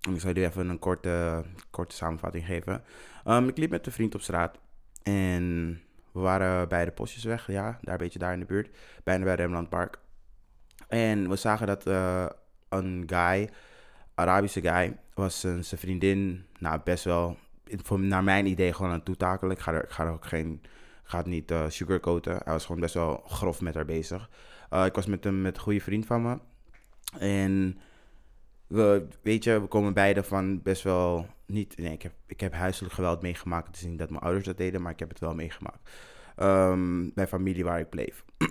En ik zal jullie even een korte, korte samenvatting geven. Ehm, ik liep met een vriend op straat. En we waren bij de postjes weg. Ja, daar een beetje daar in de buurt. Bijna bij Rembrandtpark. En we zagen dat eh, een guy, Arabische guy, was een- zijn vriendin, nou best wel, in- voor, naar mijn idee gewoon aan het toetakelen. Ik ga er, ik ga er ook geen, ik ga het niet eh, sugarcoaten. Hij was gewoon best wel grof met haar bezig. Eh, ik was met hem, met een goede vriend van me. En we, weet je, we komen beide van best wel niet. Nee, ik heb, ik heb huiselijk geweld meegemaakt. Het is niet dat mijn ouders dat deden, maar ik heb het wel meegemaakt. Ehm, bij familie waar ik bleef.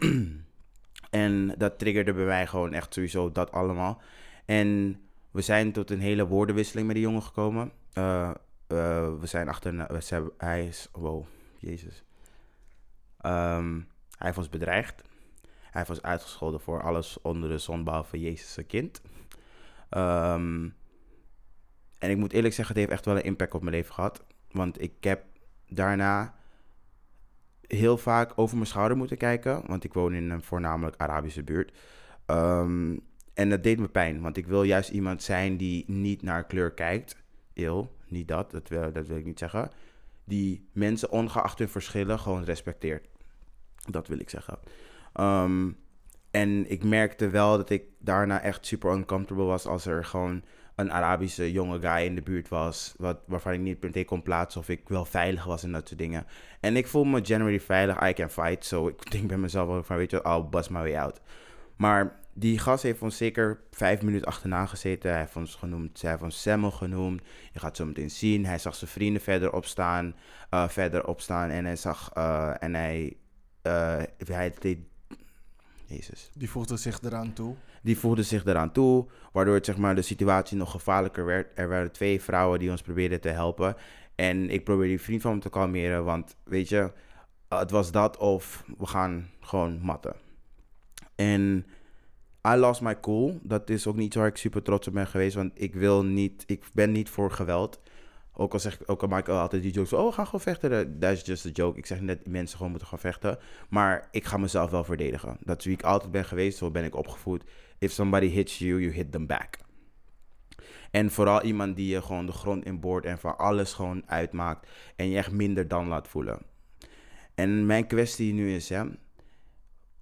en dat triggerde bij mij gewoon echt sowieso dat allemaal. En we zijn tot een hele woordenwisseling met die jongen gekomen. Eh, eh, we zijn achterna. We zijn, hij is. Wow, Jezus. Ehm, hij heeft ons bedreigd. Hij heeft ons uitgescholden voor alles onder de zon behalve Jezus' zijn kind. Ehm, en ik moet eerlijk zeggen, het heeft echt wel een impact op mijn leven gehad. Want ik heb daarna heel vaak over mijn schouder moeten kijken. Want ik woon in een voornamelijk Arabische buurt. Ehm, en dat deed me pijn. Want ik wil juist iemand zijn die niet naar kleur kijkt. Il, niet dat, dat wil, dat wil ik niet zeggen. Die mensen ongeacht hun verschillen gewoon respecteert. Dat wil ik zeggen. Ehm, en ik merkte wel dat ik daarna echt super uncomfortable was als er gewoon een Arabische jonge guy in de buurt was, wat, waarvan ik niet meteen kon plaatsen of ik wel veilig was en dat soort dingen. En ik voel me generally veilig, I can fight, so ik denk bij mezelf ook van, weet je, I'll bust my way out. Maar die gast heeft ons zeker vijf minuten achterna gezeten, hij heeft ons genoemd, hij heeft ons Semmel genoemd, je gaat zo meteen zien, hij zag zijn vrienden verder opstaan, eh, verder opstaan en hij zag, eh, en hij, eh, hij deed, jezus Die voegde zich eraan toe. die voegden zich eraan toe, waardoor het, zeg maar, de situatie nog gevaarlijker werd. Er waren twee vrouwen die ons probeerden te helpen. En ik probeerde die vriend van me te kalmeren, want weet je, eh, het was dat of we gaan gewoon matten. En I lost my cool. Dat is ook niet waar ik super trots op ben geweest. Want ik wil niet, ik ben niet voor geweld. Ook al, zeg, ik- ook al maak ik altijd die jokes. Oh, we gaan gewoon vechten. Dat is just a joke. Ik zeg net, mensen gewoon moeten gaan vechten. Maar ik ga mezelf wel verdedigen. Dat is wie ik altijd ben geweest. Zo ben ik opgevoed. If somebody hits you, you hit them back. En vooral iemand die je gewoon de grond in boort en van alles gewoon uitmaakt. En je echt minder dan laat voelen. En mijn kwestie nu is, hè,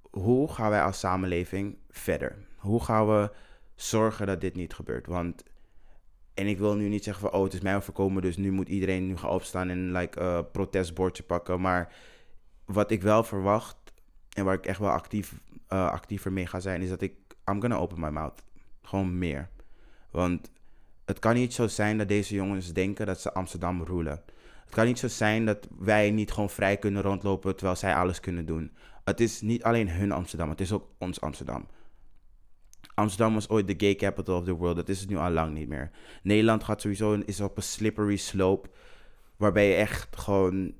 hoe gaan wij als samenleving verder? Hoe gaan we zorgen dat dit niet gebeurt? Want, en ik wil nu niet zeggen van, oh, het is mij overkomen, dus nu moet iedereen nu gaan opstaan en like, eh, protestbordje pakken. Maar wat ik wel verwacht en waar ik echt wel actief, eh, actiever mee ga zijn, is dat ik, I'm gonna open my mouth. Gewoon meer. Want het kan niet zo zijn dat deze jongens denken dat ze Amsterdam roelen. Het kan niet zo zijn dat wij niet gewoon vrij kunnen rondlopen terwijl zij alles kunnen doen. Het is niet alleen hun Amsterdam, het is ook ons Amsterdam. Amsterdam was ooit de gay capital of the world, dat is het nu al lang niet meer. Nederland gaat sowieso is op een slippery slope waarbij je echt gewoon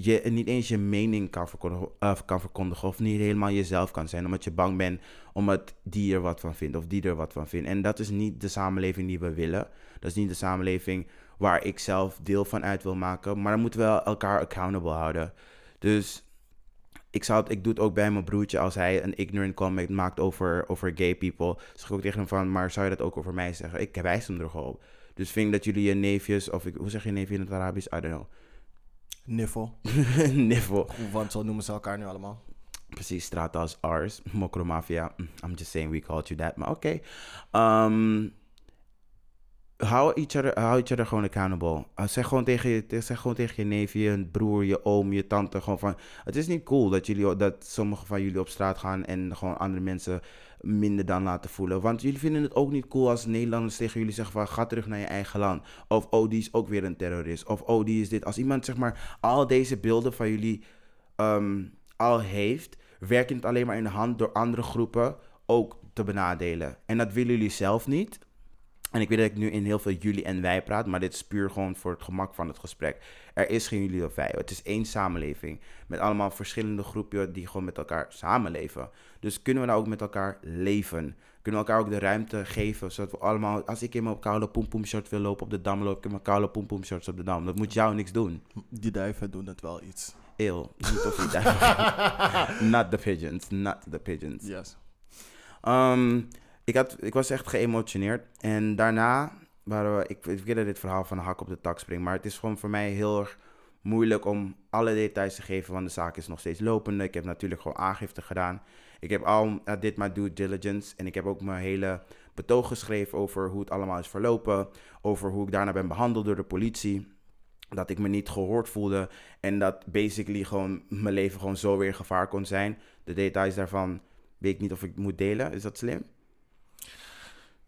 je niet eens je mening kan verkondigen, eh, kan verkondigen of niet helemaal jezelf kan zijn omdat je bang bent omdat die er wat van vindt of die er wat van vindt. En dat is niet de samenleving die we willen. Dat is niet de samenleving waar ik zelf deel van uit wil maken. Maar dan moeten we wel elkaar accountable houden. Dus ik, zou het, ik doe het ook bij mijn broertje als hij een ignorant comment maakt over, over gay people. Zeg ik ook tegen hem van, maar zou je dat ook over mij zeggen? Ik wijs hem er gewoon op. Dus vind ik dat jullie je neefjes, of ik, hoe zeg je neefje in het Arabisch? I don't Niffel. know. Niffel. Want zo noemen ze elkaar nu allemaal. precies straten als ours, Mokromafia. mm, I'm just saying we called you that, maar oké. Ehm, hou, each other, hou each other gewoon accountable. Eh, Zeg gewoon, tegen je, te- zeg gewoon tegen je neef, je broer, je oom, je tante. Gewoon van, het is niet cool dat, jullie, dat sommige van jullie op straat gaan en gewoon andere mensen minder dan laten voelen. Want jullie vinden het ook niet cool als Nederlanders tegen jullie zeggen van ga terug naar je eigen land. Of oh, die is ook weer een terrorist. Of oh, die is dit. Als iemand zeg maar al deze beelden van jullie ehm, al heeft, werken het alleen maar in de hand door andere groepen ook te benadelen. En dat willen jullie zelf niet. En ik weet dat ik nu in heel veel jullie en wij praat, maar dit is puur gewoon voor het gemak van het gesprek. Er is geen jullie of wij. Het is één samenleving met allemaal verschillende groepen die gewoon met elkaar samenleven. Dus kunnen we nou ook met elkaar leven? Kunnen we elkaar ook de ruimte geven, zodat we allemaal... Als ik in mijn koude poempoem shirt wil lopen op de Dam, loop ik in mijn koude poempoem shirts op de Dam. Dat moet jou niks doen. Die duiven doen het wel iets. Eeuw. Niet of die duivel. not the pigeons, not the pigeons. Yes. Ehm, ik, had, ik was echt geëmotioneerd. En daarna waren we... Ik, ik weet dat dit verhaal van hak op de tak springt. Maar het is gewoon voor mij heel erg moeilijk om alle details te geven. Want de zaak is nog steeds lopende. Ik heb natuurlijk gewoon aangifte gedaan. Ik heb al, I did my due diligence. En ik heb ook mijn hele betoog geschreven over hoe het allemaal is verlopen. Over hoe ik daarna ben behandeld door de politie. Dat ik me niet gehoord voelde. En dat basically gewoon mijn leven gewoon zo weer in gevaar kon zijn. De details daarvan Weet ik niet of ik het moet delen. Is dat slim?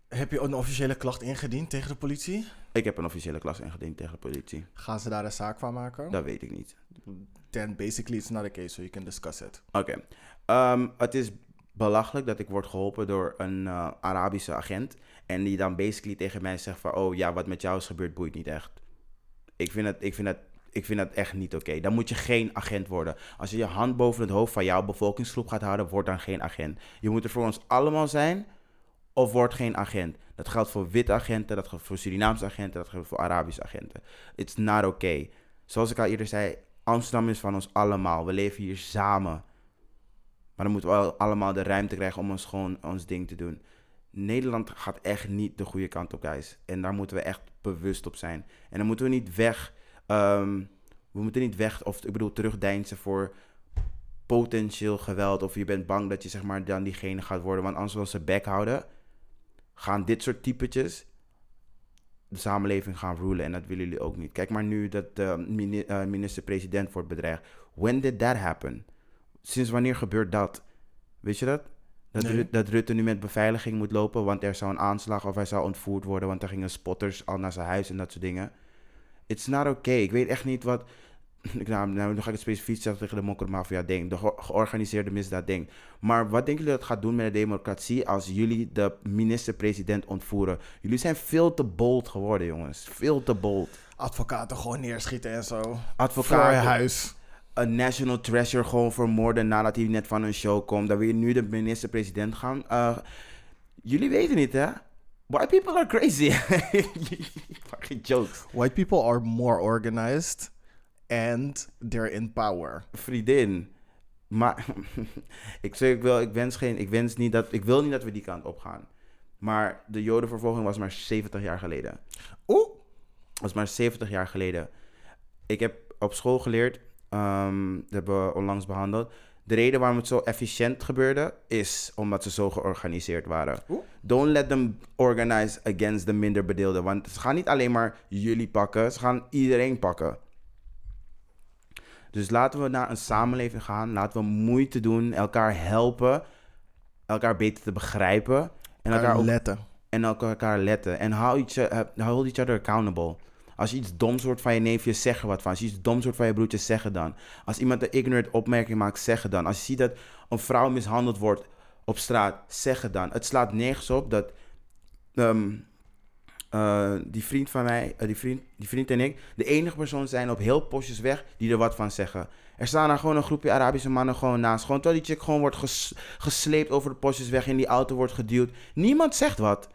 Heb je een officiële klacht ingediend tegen de politie? Ik heb een officiële klas ingediend tegen de politie. Gaan ze daar een zaak van maken? Dat weet ik niet. Then basically it's not a case, so you can discuss it. Oké. Ehm, het is belachelijk dat ik word geholpen door een eh, Arabische agent. En die dan basically tegen mij zegt van... Oh ja, wat met jou is gebeurd boeit niet echt. Ik vind dat, ik vind dat, ik vind dat echt niet oké. Dan moet je geen agent worden. Als je je hand boven het hoofd van jouw bevolkingsgroep gaat houden... word dan geen agent. Je moet er voor ons allemaal zijn... Of word geen agent. Dat geldt voor witte agenten, dat geldt voor Surinaamse agenten, dat geldt voor Arabische agenten. It's not okay. Zoals ik al eerder zei, Amsterdam is van ons allemaal. We leven hier samen. Maar dan moeten we wel allemaal de ruimte krijgen om ons gewoon ons ding te doen. Nederland gaat echt niet de goede kant op, guys. En daar moeten we echt bewust op zijn. En dan moeten we niet weg. ehm, we moeten niet weg, of ik bedoel, terugdeinzen voor potentieel geweld. Of je bent bang dat je zeg maar dan diegene gaat worden. Want anders we onze bek houden, gaan dit soort typetjes de samenleving gaan rulen. En dat willen jullie ook niet. Kijk maar nu dat de mini- eh, minister-president wordt bedreigd. When did that happen? Sinds wanneer gebeurt dat? Weet je dat? Dat, Nee. Ru- dat Rutte nu met beveiliging moet lopen, want er zou een aanslag of hij zou ontvoerd worden, want er gingen spotters al naar zijn huis en dat soort dingen. It's not okay. Ik weet echt niet wat. Ik, nou, nou, nu ga ik het specifiek zeggen tegen de mokkermafia denk, de ge- georganiseerde misdaad denkt. Maar wat denken jullie dat het gaat doen met de democratie als jullie de minister-president ontvoeren? Jullie zijn veel te bold geworden, jongens. Veel te bold. Advocaten gewoon neerschieten en zo. Voor Advocaten. huis. een national treasure gewoon vermoorden nadat hij net van een show komt. Dat we nu de minister-president gaan. eh, jullie weten niet, hè? White people are crazy. Fucking jokes. White people are more organized and they're in power. Vriendin. Maar ik zeg ik wel, ik wens geen, ik wens niet dat, ik wil niet dat we die kant op gaan. Maar de Jodenvervolging was maar 70 jaar geleden. Oeh. Dat is maar 70 jaar geleden. Ik heb op school geleerd, ehm, dat hebben we onlangs behandeld. De reden waarom het zo efficiënt gebeurde, is omdat ze zo georganiseerd waren. Oeh. Don't let them organize against de minder bedeelden. Want ze gaan niet alleen maar jullie pakken, ze gaan iedereen pakken. Dus laten we naar een samenleving gaan. Laten we moeite doen, elkaar helpen, elkaar beter te begrijpen. En elkaar ook letten. en op elkaar letten. En hou each, eh, hold each other accountable. Als je iets doms hoort van je neefje, zeg er wat van. Als je iets doms hoort van je broertje, zeg het dan. Als iemand een ignorant opmerking maakt, zeg het dan. Als je ziet dat een vrouw mishandeld wordt op straat, zeg het dan. Het slaat nergens op dat ehm, eh, die vriend van mij, eh, die, vriend, die vriend en ik, de enige persoon zijn op heel postjes weg die er wat van zeggen. Er staan daar gewoon een groepje Arabische mannen gewoon naast. Gewoon terwijl die chick gewoon wordt ges- gesleept over de postjes weg, in die auto wordt geduwd. Niemand zegt wat.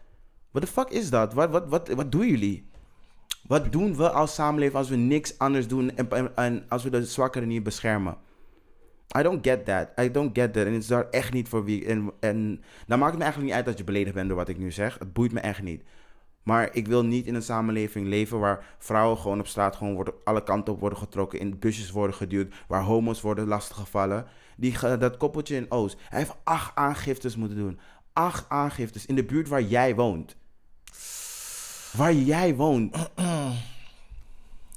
What the fuck is dat? Wat, wat, wat, wat doen jullie? Wat doen we als samenleving als we niks anders doen en, en, en als we de zwakkeren niet beschermen? I don't get that. I don't get that. En het is daar echt niet voor wie. En, en dan maakt het me eigenlijk niet uit dat je beledigd bent door wat ik nu zeg. Het boeit me echt niet. Maar ik wil niet in een samenleving leven waar vrouwen gewoon op straat gewoon worden, alle kanten op worden getrokken, in busjes worden geduwd, waar homo's worden lastiggevallen. Die, ge- dat koppeltje in Oost, hij heeft acht aangiftes moeten doen. Acht aangiftes in de buurt waar jij woont. Waar jij woont.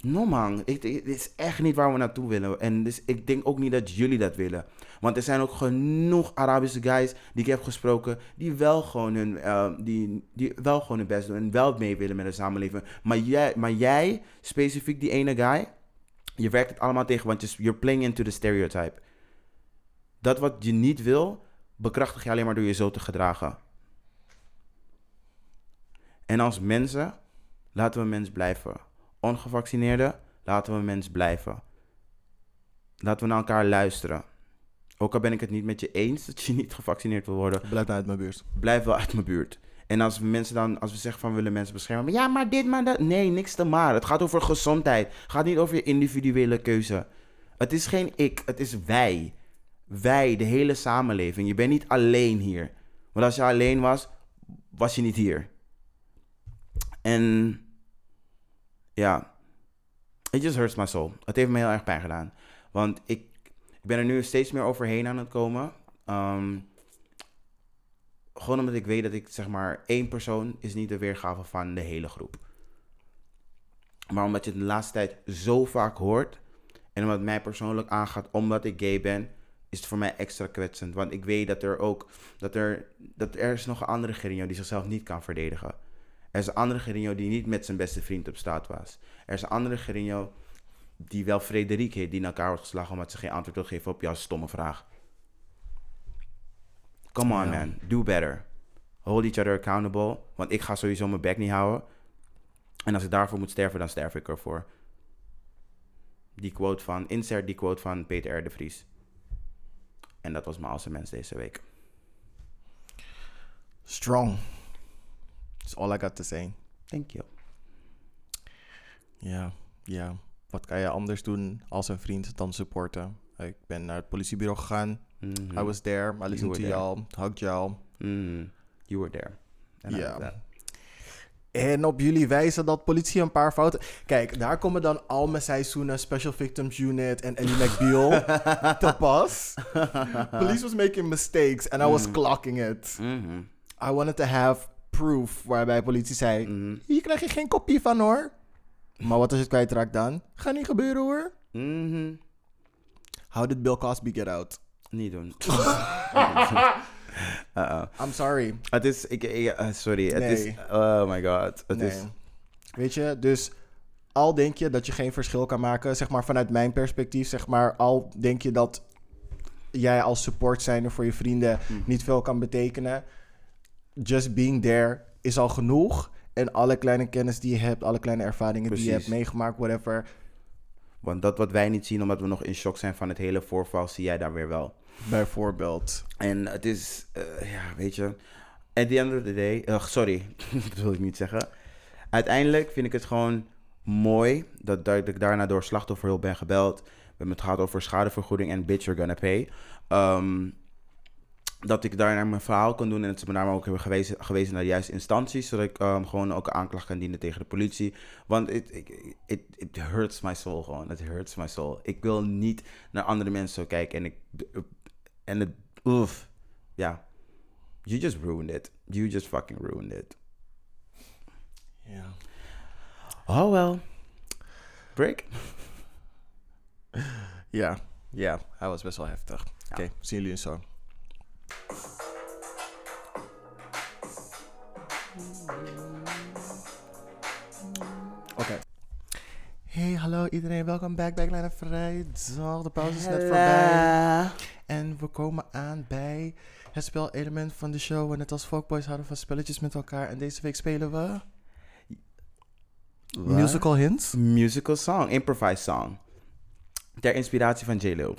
No man, ik, ik- dit is echt niet waar we naartoe willen. En dus, ik denk ook niet dat jullie dat willen. Want er zijn ook genoeg Arabische guys die ik heb gesproken, die wel gewoon hun, eh, die, die wel gewoon hun best doen en wel mee willen met de samenleving. Maar jij, maar jij specifiek die ene guy, je werkt het allemaal tegen, want je- you're playing into the stereotype. Dat wat je niet wil, bekrachtig je alleen maar door je zo te gedragen. En als mensen, laten we mens blijven. Ongevaccineerden, laten we mens blijven. Laten we naar elkaar luisteren. Ook al ben ik het niet met je eens dat je niet gevaccineerd wil worden, Blijf nou uit mijn buurt. blijf wel uit mijn buurt. En als we mensen dan, als we zeggen van we willen mensen beschermen, maar ja, maar dit, maar dat. Nee, niks te maar. Het gaat over gezondheid. Het gaat niet over je individuele keuze. Het is geen ik, het is wij. Wij, de hele samenleving. Je bent niet alleen hier. Want als je alleen was, was je niet hier. En ja, it just hurts my soul. Het heeft me heel erg pijn gedaan. Want ik, ik ben er nu steeds meer overheen aan het komen. Ehm, gewoon omdat ik weet dat ik zeg maar één persoon is niet de weergave van de hele groep. Maar omdat je het de laatste tijd zo vaak hoort en omdat het mij persoonlijk aangaat omdat ik gay ben, is het voor mij extra kwetsend. Want ik weet dat er ook dat er, dat er is nog een andere Gerinho die zichzelf niet kan verdedigen. Er is een andere Gerinho die niet met zijn beste vriend op straat was. Er is een andere Gerinho die wel Frederik heet, die naar elkaar wordt geslagen omdat ze geen antwoord wil geven op jouw stomme vraag. Come on, man. Do better. Hold each other accountable. Want ik ga sowieso mijn bek niet houden. En als ik daarvoor moet sterven, dan sterf ik ervoor. Die quote van, insert die quote van Peter R. de Vries. En dat was mijn Alse Mens deze week. Strong. That's all I got to say. Thank you. Ja, ja. Wat kan je anders doen als een vriend dan supporten? Ik ben naar het politiebureau gegaan. Mhm. I was there. I listened to were there. y'all. Hugged y'all. Mm, you were there. And I Ja. was there. En op jullie wijzen dat politie een paar fouten... Kijk, daar komen dan al mijn seizoenen Special Victims Unit en Ellie McBeal te pas. Police was making mistakes and I was clocking it. Mhm. I wanted to have proof waarbij politie zei... Mhm. Hier krijg je geen kopie van hoor. Maar wat als je het kwijtraakt dan? Gaat niet gebeuren hoor. Mhm. How did Bill Cosby get out? Niet doen. I'm sorry. Het is, ik, ik- eh, sorry. Het Nee. is, oh my god. Het Nee. is, Weet je, dus al denk je dat je geen verschil kan maken, zeg maar vanuit mijn perspectief, zeg maar, al denk je dat jij als support zijnde voor je vrienden niet veel kan betekenen, just being there is al genoeg. En alle kleine kennis die je hebt, alle kleine ervaringen die je Precies. hebt meegemaakt, whatever, Want dat wat wij niet zien, omdat we nog in shock zijn van het hele voorval, zie jij daar weer wel. Bijvoorbeeld. En het is, eh, ja, weet je. At the end of the day, eh, sorry, dat wil ik niet zeggen. Uiteindelijk vind ik het gewoon mooi dat, dat ik daarna door slachtofferhulp ben gebeld. We hebben het gehad over schadevergoeding en bitch you're gonna pay. Ehm, dat ik daarna mijn verhaal kan doen en dat ze me daarom ook hebben gewezen, gewezen naar de juiste instanties. Zodat ik ehm, gewoon ook een aanklacht kan dienen tegen de politie. Want it, it, it, it hurts my soul gewoon. Het hurts my soul. Ik wil niet naar andere mensen zo kijken en ik... En het... Oef. Ja. You just ruined it. You just fucking ruined it. Ja. Oh well. Break. Ja, ja, hij was best wel heftig. Oké, zien jullie zo. Oké. Hey, hallo iedereen. Welkom bij Backline Vrijdag. De pauze is net voorbij. En we komen aan bij het spelelement van de show. En net als Folkboys houden van spelletjes met elkaar. En deze week spelen we... Musical hints? Musical song. Improvised song. Ter inspiratie van J-Lo.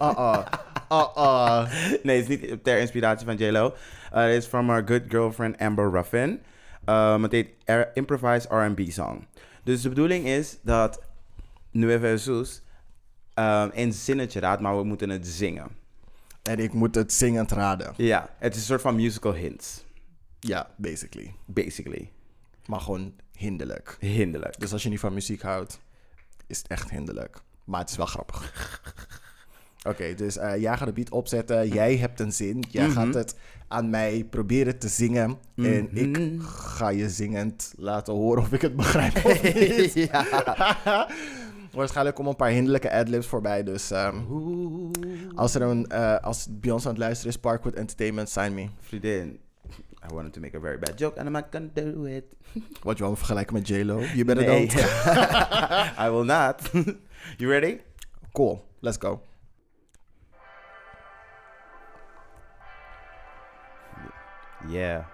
Uh-uh. Uh-uh. nee, het is niet ter inspiratie van J-Lo. Eh, Het is van our good girlfriend Amber Ruffin. Um, het heet R- Improvised R&B Song. Dus de bedoeling is dat Nueva Jesus ehm een zinnetje raadt, maar we moeten het zingen. En ik moet het zingend raden. Ja, het is een soort van musical hints, Ja, basically. basically. Maar gewoon hinderlijk. Hinderlijk. Dus als je niet van muziek houdt, is het echt hinderlijk. Maar het is wel grappig. Oké, dus eh, jij gaat de beat opzetten. Jij hebt een zin. Jij gaat het aan mij proberen te zingen. En ik ga je zingend laten horen of ik het begrijp of niet. Waarschijnlijk komen een paar hinderlijke adlibs voorbij. Dus ehm, als, er een, eh, als Beyoncé aan het luisteren is, Parkwood Entertainment, sign me. Vriendin, I wanted to make a very bad joke and I'm not gonna do it. Wat je wel vergelijken met J-Lo. Je bent Nee. het ook. I will not. you ready? Cool, let's go. Yeah.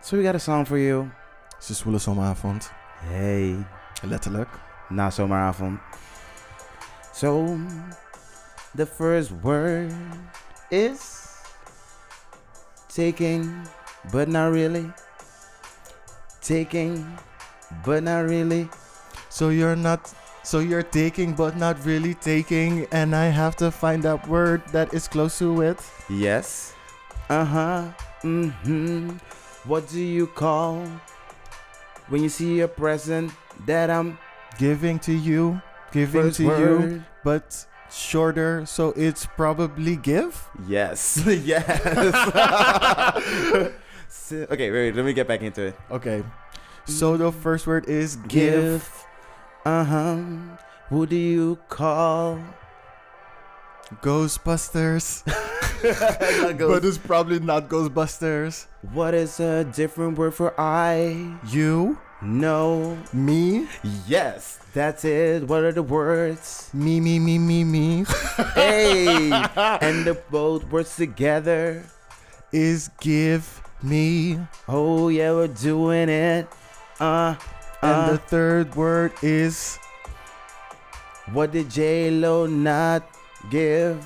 So we got a song for you. Ze zwoele zomeravond. Hey. Letterlijk. na zomeravond. So, the first word is taking, but not really. Taking, but not really. So you're not. So you're taking, but not really taking, and I have to find that word that is close to it. Yes. Uh huh. Mm hmm. What do you call when you see a present that I'm Giving to you, giving first to you, word? but shorter, so it's probably give. Yes. yes. So- okay, wait, wait, let me get back into it. Okay. So the first word is give. Give. Uh huh. What do you call? Ghostbusters, but it's probably not Ghostbusters. what is a different word for I? You, No. me, Yes, that's it. What are the words? me, me, me, me, me hey, and the both words together. is give me. Oh yeah, we're doing it. Uh, And uh. the third word is what did J Lo not give?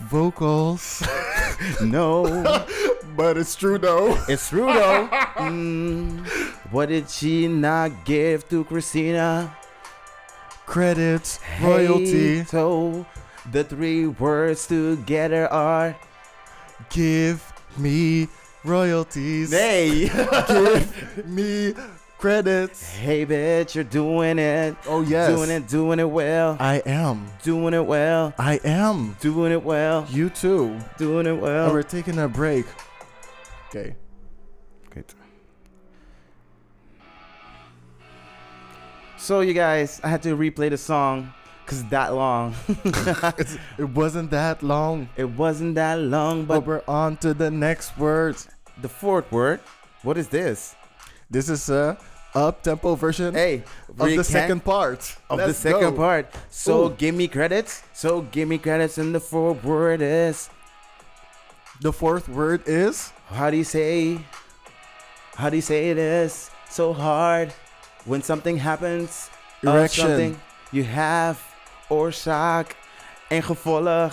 vocals. No. But it's true though. It's true though. Mm. What did she not give to Christina? Credits, royalty, Hey, so the three words together are give me royalties. Hey. Give me credits. hey bitch, you're doing it. Oh yes. Doing it, doing it well. I am. Doing it well. I am. Doing it well. You too. Doing it And well. we're taking a break. Okay. So you guys, I had to replay the song cuz that long. It wasn't that long. it wasn't that long, But, but we're on to the next word. the fourth word, what is this? This is a up tempo version Hey, of the recant- second part. of Let's the second go. part. So Ooh. give me credits. So give me credits. And the fourth word is The fourth word is how do you say? How do you say this? So hard when something happens of Erection. something you have, oorzaak en gevolg.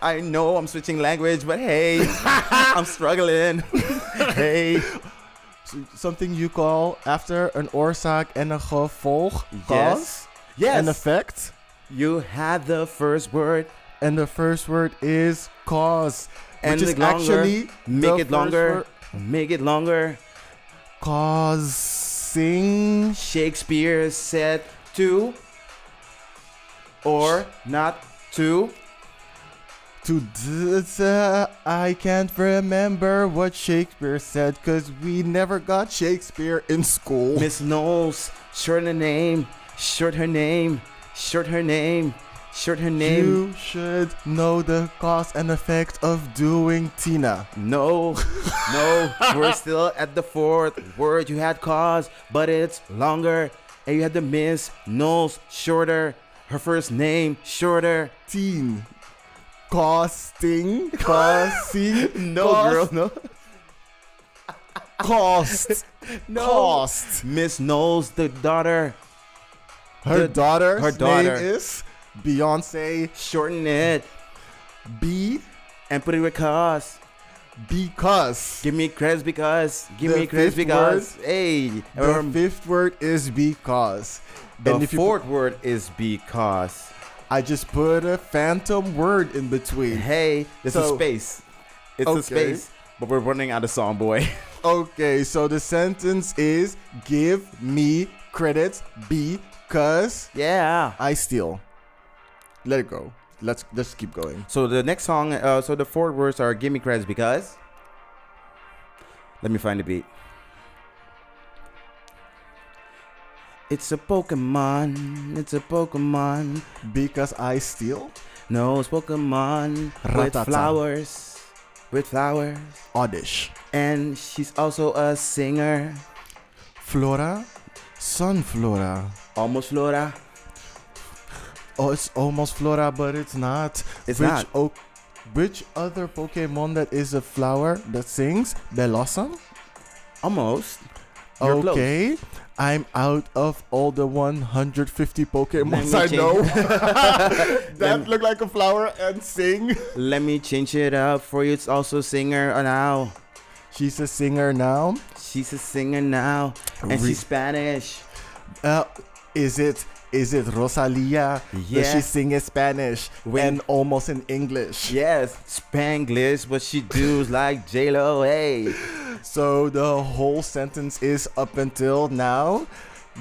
I know I'm switching language, but hey, I'm struggling. hey. Something you call after een oorzaak en een gevolg. Yes. Cause. An Yes, effect. you had the first word. And the first word is cause. And which is the longer, actually the Make it first longer. word- Make it longer. Causing. Shakespeare said to or not to. To d- d- uh, I can't remember what Shakespeare said because we never got Shakespeare in school. Miss Knowles, short her name, short her name, short her name, short her name. You should know the cause and effect of doing Tina. No, no, we're still at the fourth word. You had cause, but it's longer. And you had the miss, Knowles, shorter. Her first name, shorter. Teen. Costing. Costing. No, cost, girl, no. Cost. No. Cost. Miss Knowles, the daughter. Her The- daughter. her daughter. name is Beyonce Shorten it B. and put it with cause. Because. Give me credits because. Give The me credits fifth because. Hey, The remember, fifth word is because. the and if you put- fourth word is because. I just put a phantom word in between. Hey, this is So- space. It's Okay. a space, but we're running out of song, boy. Okay, so the sentence is give me credits because yeah. I steal. Let it go. Let's let's keep going. So the next song, uh, so the four words are "Give me credits because." Let me find the beat. It's a Pokemon. It's a Pokemon. Because I steal? No, it's Pokemon with Ratata. flowers, with flowers, Oddish. and she's also a singer. Flora? Sunflora. Almost Flora. Oh, it's almost Flora, but it's not. It's which not. O- which other Pokemon that is a flower that sings? Bellossom? Almost. You're close. Okay. I'm out of all the 150 Pokemons me I change- know. Let that me- look like a flower and sing. Let me change it up for you. It's also singer now. She's a singer now. She's a singer now, and Re- she's Spanish. Uh, is it is it Rosalia? Does Yeah. she sing in Spanish When- and almost in English? Yes, Spanglish, but she does like J Lo. Hey, So the whole sentence is up until now.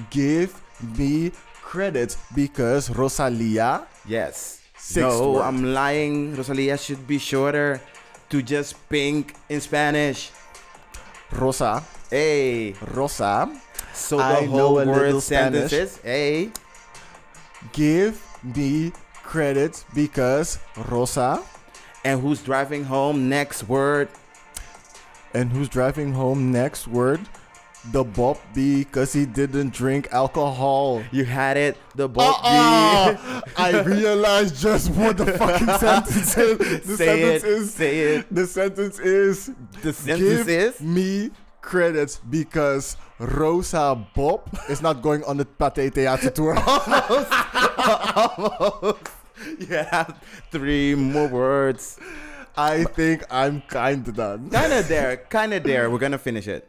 Give me credit because Rosalia. yes. Sixth no, word. I'm lying. Rosalia should be shorter to just pink in Spanish. Rosa, Hey, Rosa, so the I know whole a word little sentence Spanish. is hey. give me credit because Rosa. And who's driving home? Next word. And who's driving home next word? The Bob B because he didn't drink alcohol. You had it. The book. Uh-uh. I realized just what the fucking sentence is. The Say sentence it. is Say it. the sentence is The sentence give is. me credits because Rosa Bob is not going on the Pate Theater tour. You have three more words. I think I'm kind of done. Kinda there. Kinda there. We're gonna finish it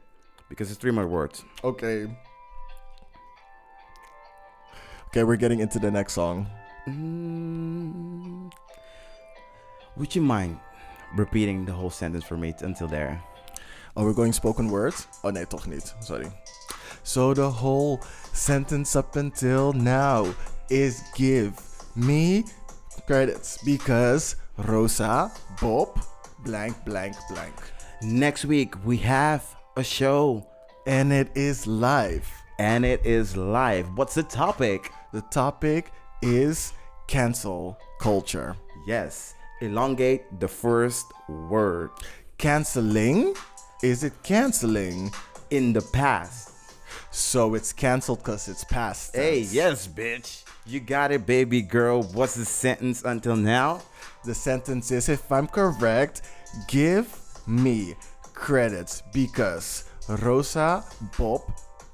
because it's three more words. Okay. Okay, we're getting into the next song. Mm. Would you mind repeating the whole sentence for me t- until there? Oh, we're going spoken words? Oh nee, toch niet. Sorry. So the whole sentence up until now is give me credits because Rosa, Bob, blank, blank, blank. Next week we have a show And it is live. and it is live. What's the topic? The topic is cancel culture. Yes, elongate the first word. Canceling? Is it canceling? In the past. So it's canceled because it's past. Hey, tense. yes, bitch. You got it, baby girl. What's the sentence until now? The sentence is if I'm correct, give me credits because Rosa Bob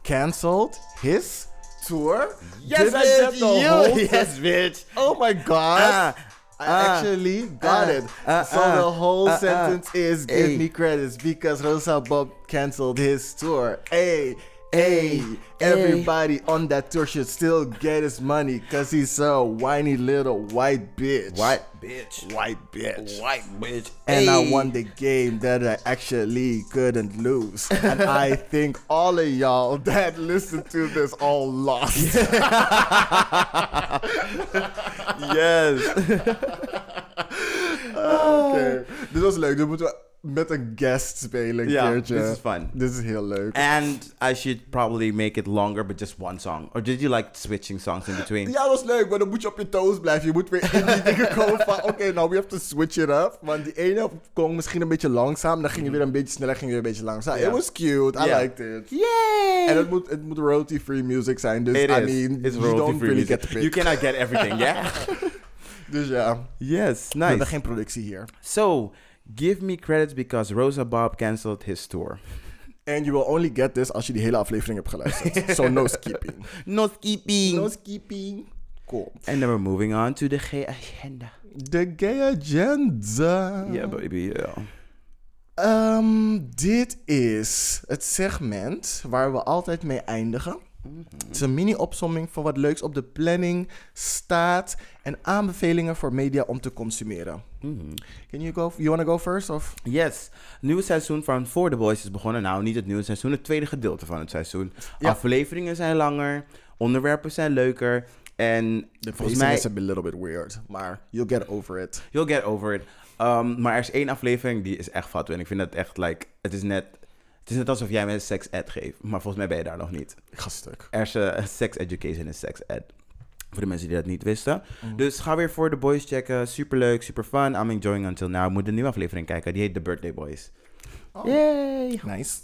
canceled his tour? Yes, Did I get the whole thing? Yes, bitch. Oh my god. Ah, I ah, actually got ah, it. ah, so ah, the whole ah, ah. sentence is give Ay. me credits because Rosa Bob canceled his tour. Hey, hey, Ay, everybody on that tour should still get his money because he's a whiny little white bitch. White bitch. White bitch. White bitch. And I Hey. won the game that I actually couldn't lose. And I think all of y'all that listen to this all lost. Yes. Oké, Dit was leuk. Dit moeten we met een guest spelen een Ja, keertje. dit is fun. Dit is heel leuk. and I should probably make it longer, but just one song. Or did you like switching songs in between? ja, dat was leuk, maar dan moet je op je toes blijven. Je moet weer in die dingen komen van... Oké, nou, we have to switch it up. Want die ene kon misschien een beetje langzaam. Dan ging je weer een beetje sneller, ging je weer een beetje langzaam. Ja. It was cute. I Ja. liked it. Yay! En het moet, het moet royalty-free music zijn. Dus, It I is. mean, it's you don't royalty-free really music. get the pick. You cannot get everything, yeah? Dus ja, yes, we nice. hebben geen productie hier. So, give me credits because Rosa Bob canceled his tour. And you will only get this als je die hele aflevering hebt geluisterd. so no skipping. No skipping. No skipping. Cool. and then we're moving on to the gay agenda. De gay agenda. Yeah, baby. Yeah. Ehm, dit is het segment waar we altijd mee eindigen. Het is een mini-opsomming van wat leuks op de planning staat en aanbevelingen voor media om te consumeren. Mhm. Can you go? You wanna go first of? Yes, nieuwe seizoen van For The Boys is begonnen. Nou, niet het nieuwe seizoen, het tweede gedeelte van het seizoen. Ja. Afleveringen zijn langer, onderwerpen zijn leuker. En volgens Pacing mij, is a bit- little bit weird, maar you'll get over it. you'll get over it. Um, maar er is één aflevering die is echt fout. En ik vind dat echt, like, het is net... Het is net alsof jij me een sex ed geeft, maar volgens mij ben je daar nog niet. Ik ga stuk. Er is eh, sex education en sex ed. Voor de mensen die dat niet wisten. Mhm. Dus ga weer voor The Boys checken. Superleuk, super fun. I'm enjoying until now. Moet een nieuwe aflevering kijken. Die heet The Birthday Boys. Oh. Yay! Nice.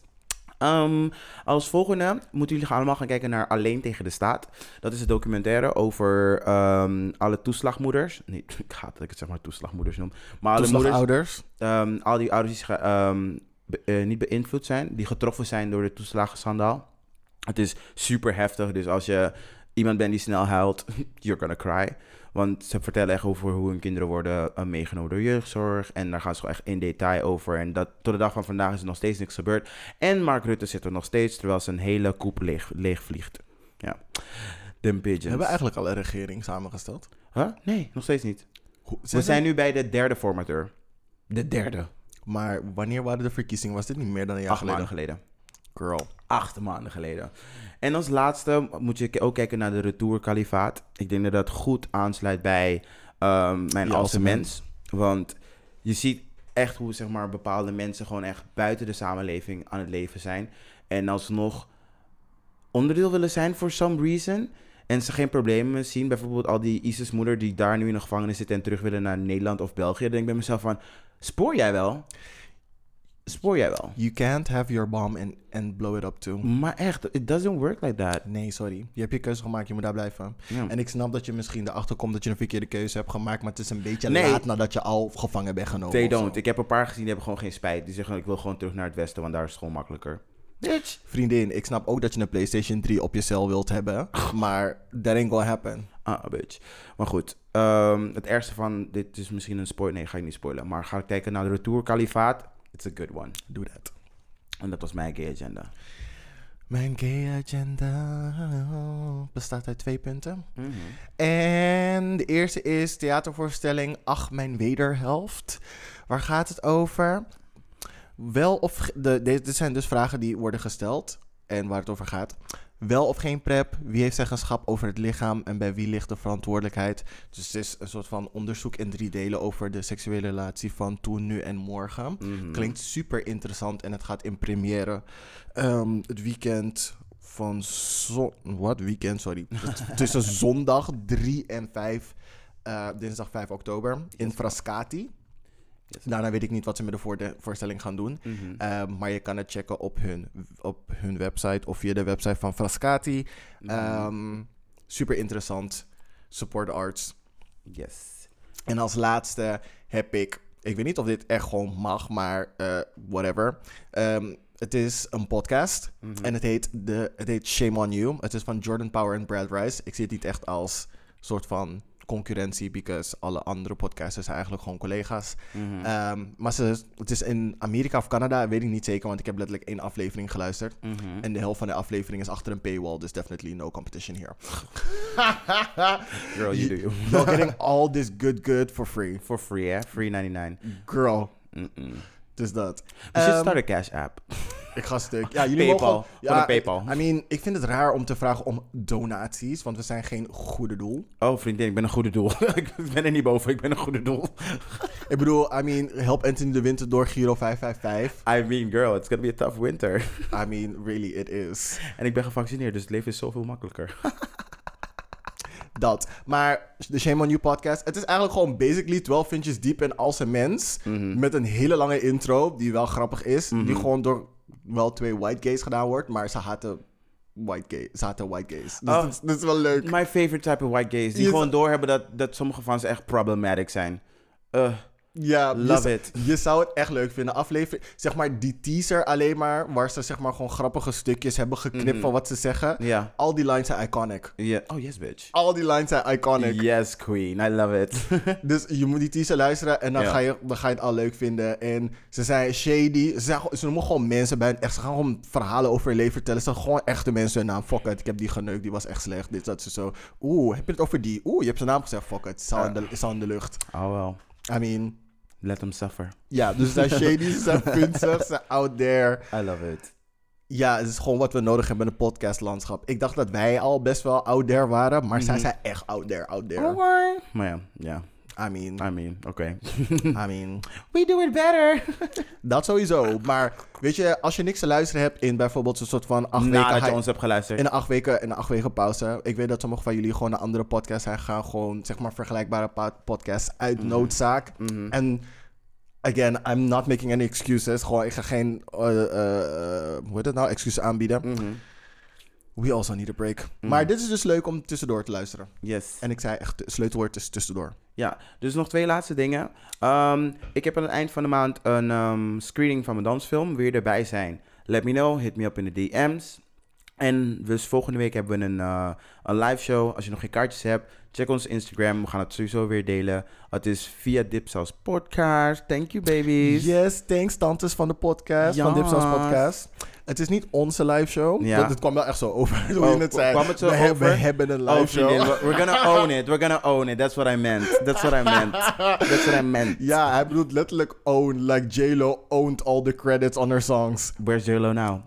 Ehm, als volgende moeten jullie gaan allemaal gaan kijken naar Alleen tegen de Staat. Dat is een documentaire over ehm, alle toeslagmoeders. Nee, ik haat dat ik het zeg maar toeslagmoeders noem. Maar alle moeders, Toeslagouders. ehm, al die ouders die ge- ehm, be- eh, niet beïnvloed zijn, die getroffen zijn door de toeslagenschandaal. Het is super heftig, dus als je iemand bent die snel huilt, you're gonna cry. Want ze vertellen echt over hoe hun kinderen worden eh, meegenomen door jeugdzorg. En daar gaan ze gewoon echt in detail over. En dat, tot de dag van vandaag is er nog steeds niks gebeurd. En Mark Rutte zit er nog steeds, terwijl zijn hele koep leeg, leegvliegt. Ja. Dem pigeons. We hebben eigenlijk al een regering samengesteld. Huh? Nee, nog steeds niet. Hoe- We zijn nu bij de derde formateur. De derde. Maar wanneer waren de verkiezingen? Was dit niet meer dan een jaar Acht geleden? maanden geleden. Girl. acht maanden geleden. En als laatste moet je ook kijken naar de Retour Kalifaat. Ik denk dat dat goed aansluit bij ehm, mijn Je als als een mens. mens. Want je ziet echt hoe zeg maar, bepaalde mensen gewoon echt buiten de samenleving aan het leven zijn. En alsnog onderdeel willen zijn for some reason. En ze geen problemen zien. Bijvoorbeeld al die ISIS-moeder die daar nu in de gevangenis zit en terug willen naar Nederland of België. Dan denk ik bij mezelf van, spoor jij wel? Spoor jij wel? You can't have your bomb and, and blow it up too. Maar echt, it doesn't work like that. Nee, sorry. Je hebt je keuze gemaakt, je moet daar blijven. Ja. En ik snap dat je misschien erachter komt dat je een verkeerde keuze hebt gemaakt, maar het is een beetje Nee. laat nadat je al gevangen bent genomen. They of zo. don't. Ik heb een paar gezien die hebben gewoon geen spijt. Die zeggen ik wil gewoon terug naar het westen, want daar is het gewoon makkelijker. Bitch. Vriendin, ik snap ook dat je een PlayStation 3 op je cel wilt hebben, maar that ain't gonna happen. Ah, bitch. Maar goed, ehm, het ergste van dit is misschien een spoiler. Nee, ga ik niet spoilen. Maar ga ik kijken naar de Retour Kalifaat. It's a good one. Do that. En dat was mijn gay agenda. Mijn gay agenda bestaat uit twee punten. En de eerste is theatervoorstelling Ach, mijn wederhelft. Waar gaat het over? Wel of... ge- De, de- dit zijn dus vragen die worden gesteld en waar het over gaat. Wel of geen prep? Wie heeft zeggenschap over het lichaam? En bij wie ligt de verantwoordelijkheid? Dus het is een soort van onderzoek in drie delen over de seksuele relatie van toen, nu en morgen. Klinkt super interessant en het gaat in première ehm, het weekend van zon... Wat? Weekend, sorry. Het- Tussen zondag 3 en 5, eh, dinsdag 5 oktober, in Frascati. Daarna weet ik niet wat ze met de voorde- voorstelling gaan doen. Eh, maar je kan het checken op hun, op hun website of via de website van Frascati. Ehm, super interessant. Support arts. Yes. En als laatste heb ik, ik weet niet of dit echt gewoon mag, maar eh, whatever. Ehm, Het is een podcast en het heet, de, het heet Shame on You. Het is van Jordan Power en Brad Rice. Ik zie het niet echt als soort van concurrentie, because alle andere podcasters zijn eigenlijk gewoon collega's. Ehm, maar ze, het is in Amerika of Canada, weet ik niet zeker, want ik heb letterlijk één aflevering geluisterd. En de helft van de aflevering is achter een paywall, dus definitely no competition here. Girl, you do. you. You're getting all this good good for free. For free, hè? Free 99. Girl, Mm-mm. dus dat. We should Mm. Ehm, start a cash app. Ik ga stuk. Ja, jullie Paypal. mogen... Gewoon een Paypal. I mean, ik vind het raar om te vragen om donaties, want we zijn geen goede doel. Oh, vriendin, ik ben een goede doel. ik ben er niet boven, ik ben een goede doel. Ik bedoel, I mean, help Anthony de Winter door Giro 555. I mean, girl, it's gonna be a tough winter. I mean, really, it is. en ik ben gevaccineerd, dus het leven is zoveel makkelijker. Dat. Maar de Shame on You podcast, het is eigenlijk gewoon basically 12 vintjes diep en als een mens. Mhm. Met een hele lange intro, die wel grappig is. Die gewoon door wel twee white gays gedaan wordt, maar ze haten white gays. Ze haten white gays. Dus Oh. dat, is, dat is wel leuk. My favorite type of white gays, die Je- gewoon doorhebben dat, dat sommige van ze echt problematic zijn. Eh, Ja, je Love zou- it. Je zou het echt leuk vinden. Aflevering, zeg maar die teaser alleen maar, waar ze zeg maar gewoon grappige stukjes hebben geknipt van wat ze zeggen. Mhm. Ja. Al die lines zijn iconic. ja. Oh, yes, bitch. Al die lines zijn iconic. Yes, queen. I love it. Dus je moet die teaser luisteren en dan, Ja. ga je, dan ga je het al leuk vinden. En ze zijn shady. Ze, zijn, gewoon- ze noemen gewoon mensen bij hun echt. Ze gaan gewoon verhalen over hun leven vertellen. Ze zijn gewoon echte mensen hun naam. Fuck it, ik heb die geneukt, die was echt slecht. Dit, dat, ze zo. Oeh, heb je het over die? Oeh, je hebt zijn naam gezegd. Fuck it, het is al in de- het is al in de lucht. Oh, well. I mean, Let them suffer. ja, dus ze zijn shady, ze zijn punzig, ze zijn out there. I love it. Ja, het is gewoon wat we nodig hebben in het podcastlandschap. Ik dacht dat wij al best wel out there waren, maar zij zijn echt out there, out Oh. there. Maar ja, ja. I mean, I mean, oké. I mean, We do it better. dat sowieso. Maar weet je, als je niks te luisteren hebt in bijvoorbeeld zo'n soort van acht weken... Nadat hi- je ons hebt geluisterd. in een acht weken, in een acht weken pauze. Ik weet dat sommige van jullie gewoon naar andere podcasts zijn gegaan. Gewoon, zeg maar, vergelijkbare pa- podcasts uit noodzaak. En... Again, I'm not making any excuses. Gewoon, ik ga geen, eh, eh, eh, hoe heet het nou, excuses aanbieden. Mhm. We also need a break. Maar dit is dus leuk om tussendoor te luisteren. Yes. En ik zei echt, het sleutelwoord is tussendoor. Ja, dus nog twee laatste dingen. Ehm, ik heb aan het eind van de maand een ehm, screening van mijn dansfilm. Weer erbij zijn. Let me know. Hit me up in de DM's. En dus volgende week hebben we een, eh, een live show. Als je nog geen kaartjes hebt, check ons Instagram. We gaan het sowieso weer delen. Het is via Dipsaus Podcast. Thank you, babies. Yes, thanks tantes van de podcast, van Ja. Dipsaus podcast. Het is niet onze live show. Ja. Dat, het kwam wel echt zo over hoe Oh, je het zei. kwam het zo we, he- we over? hebben een Oh, live vriendin, show. we- we're gonna own it. We're gonna own it. That's what I meant. That's what I meant. That's what I meant. Ja, hij bedoelt letterlijk own. Like J-Lo owned all the credits on her songs. Where's Jolo now?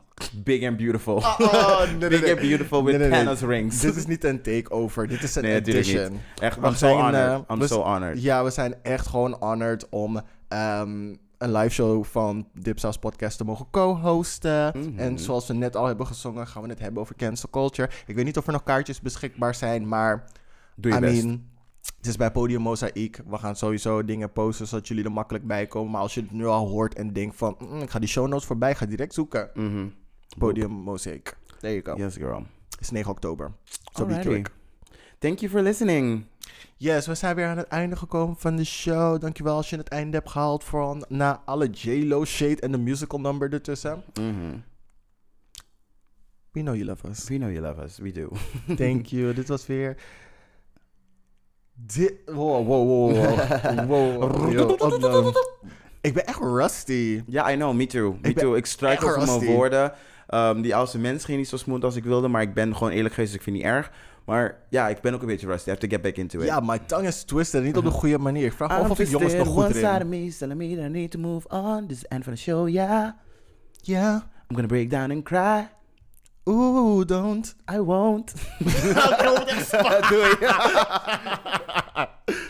Big and beautiful. Oh, nee, nee, Big nee. and beautiful with Nee, nee, nee. Thanos rings. Dit is niet een takeover. Dit is een Nee, natuurlijk edition. niet. Echt, We I'm so zijn, honored. eh, I'm we- so honored. Ja, we zijn echt gewoon honored om ehm, een live show van Dipsaus Podcast te mogen co-hosten. Mhm. En zoals we net al hebben gezongen, gaan we het hebben over cancel culture. Ik weet niet of er nog kaartjes beschikbaar zijn, maar Doe je I best. mean, het is bij Podium Mosaic. We gaan sowieso dingen posten zodat jullie er makkelijk bij komen. Maar als je het nu al hoort en denkt van, "Mm, ik ga die show notes voorbij, ga direct zoeken. Mhm. Podium Mosaic. There you go. Yes, girl. Het is 9 oktober. Zo be Alrighty. quick. Thank you for listening. Yes, we zijn weer aan het einde gekomen van de show. Dankjewel als je het einde hebt gehaald van na alle J-Lo shade en de musical number ertussen. Mhm. We know you love us. We know you love us. We do. Thank you. Dit was weer... Dit... Wow, wow, wow, wow. wow. Yo, op de- Ik ben echt rusty. Ja, I know. Me too. Me Ik ben too. Ik strijk echt over mijn rusty. woorden. Ehm, die oudste mens ging niet zo smooth als ik wilde. Maar ik ben gewoon eerlijk geweest. Dus ik vind het niet erg. Maar ja, ik ben ook een beetje rusty. I have to get back into it. Ja, my tongue is twisted. Niet op de goede manier. Ik vraag me af of ik jongens nog goed erin. me, telling me that I need to move on. This is the end of the show, yeah. Ja. I'm gonna break down and cry. Oeh, don't. I won't. Doe